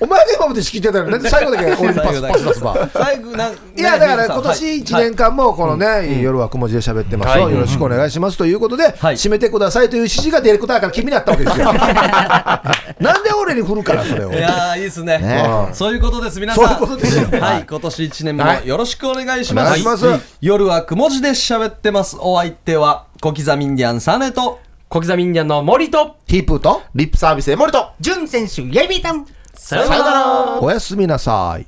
お前が今まで仕切ってたらなんで最後だけ俺にパスパス出すば
最後なん
いやだから今年1
一
年間もこのね夜はくも字で喋ってますよよろしくお願いしますということで
はい
締めてくださいという指示が出ることだから君にあったわけです よなんで俺に振るからそれを
いやーいいですね
ね
そういうことです皆さん
そういうことですよ
はい今年1年も
はい
よろしくお願いします,、
お願いします
夜はくも字で喋ってますお相手は小刻みインディアンサネと
小刻みインディアンの森と、
ヒープーと
リップサービス、江森と。
順選手、やびたん。
さようなら
おやすみなさい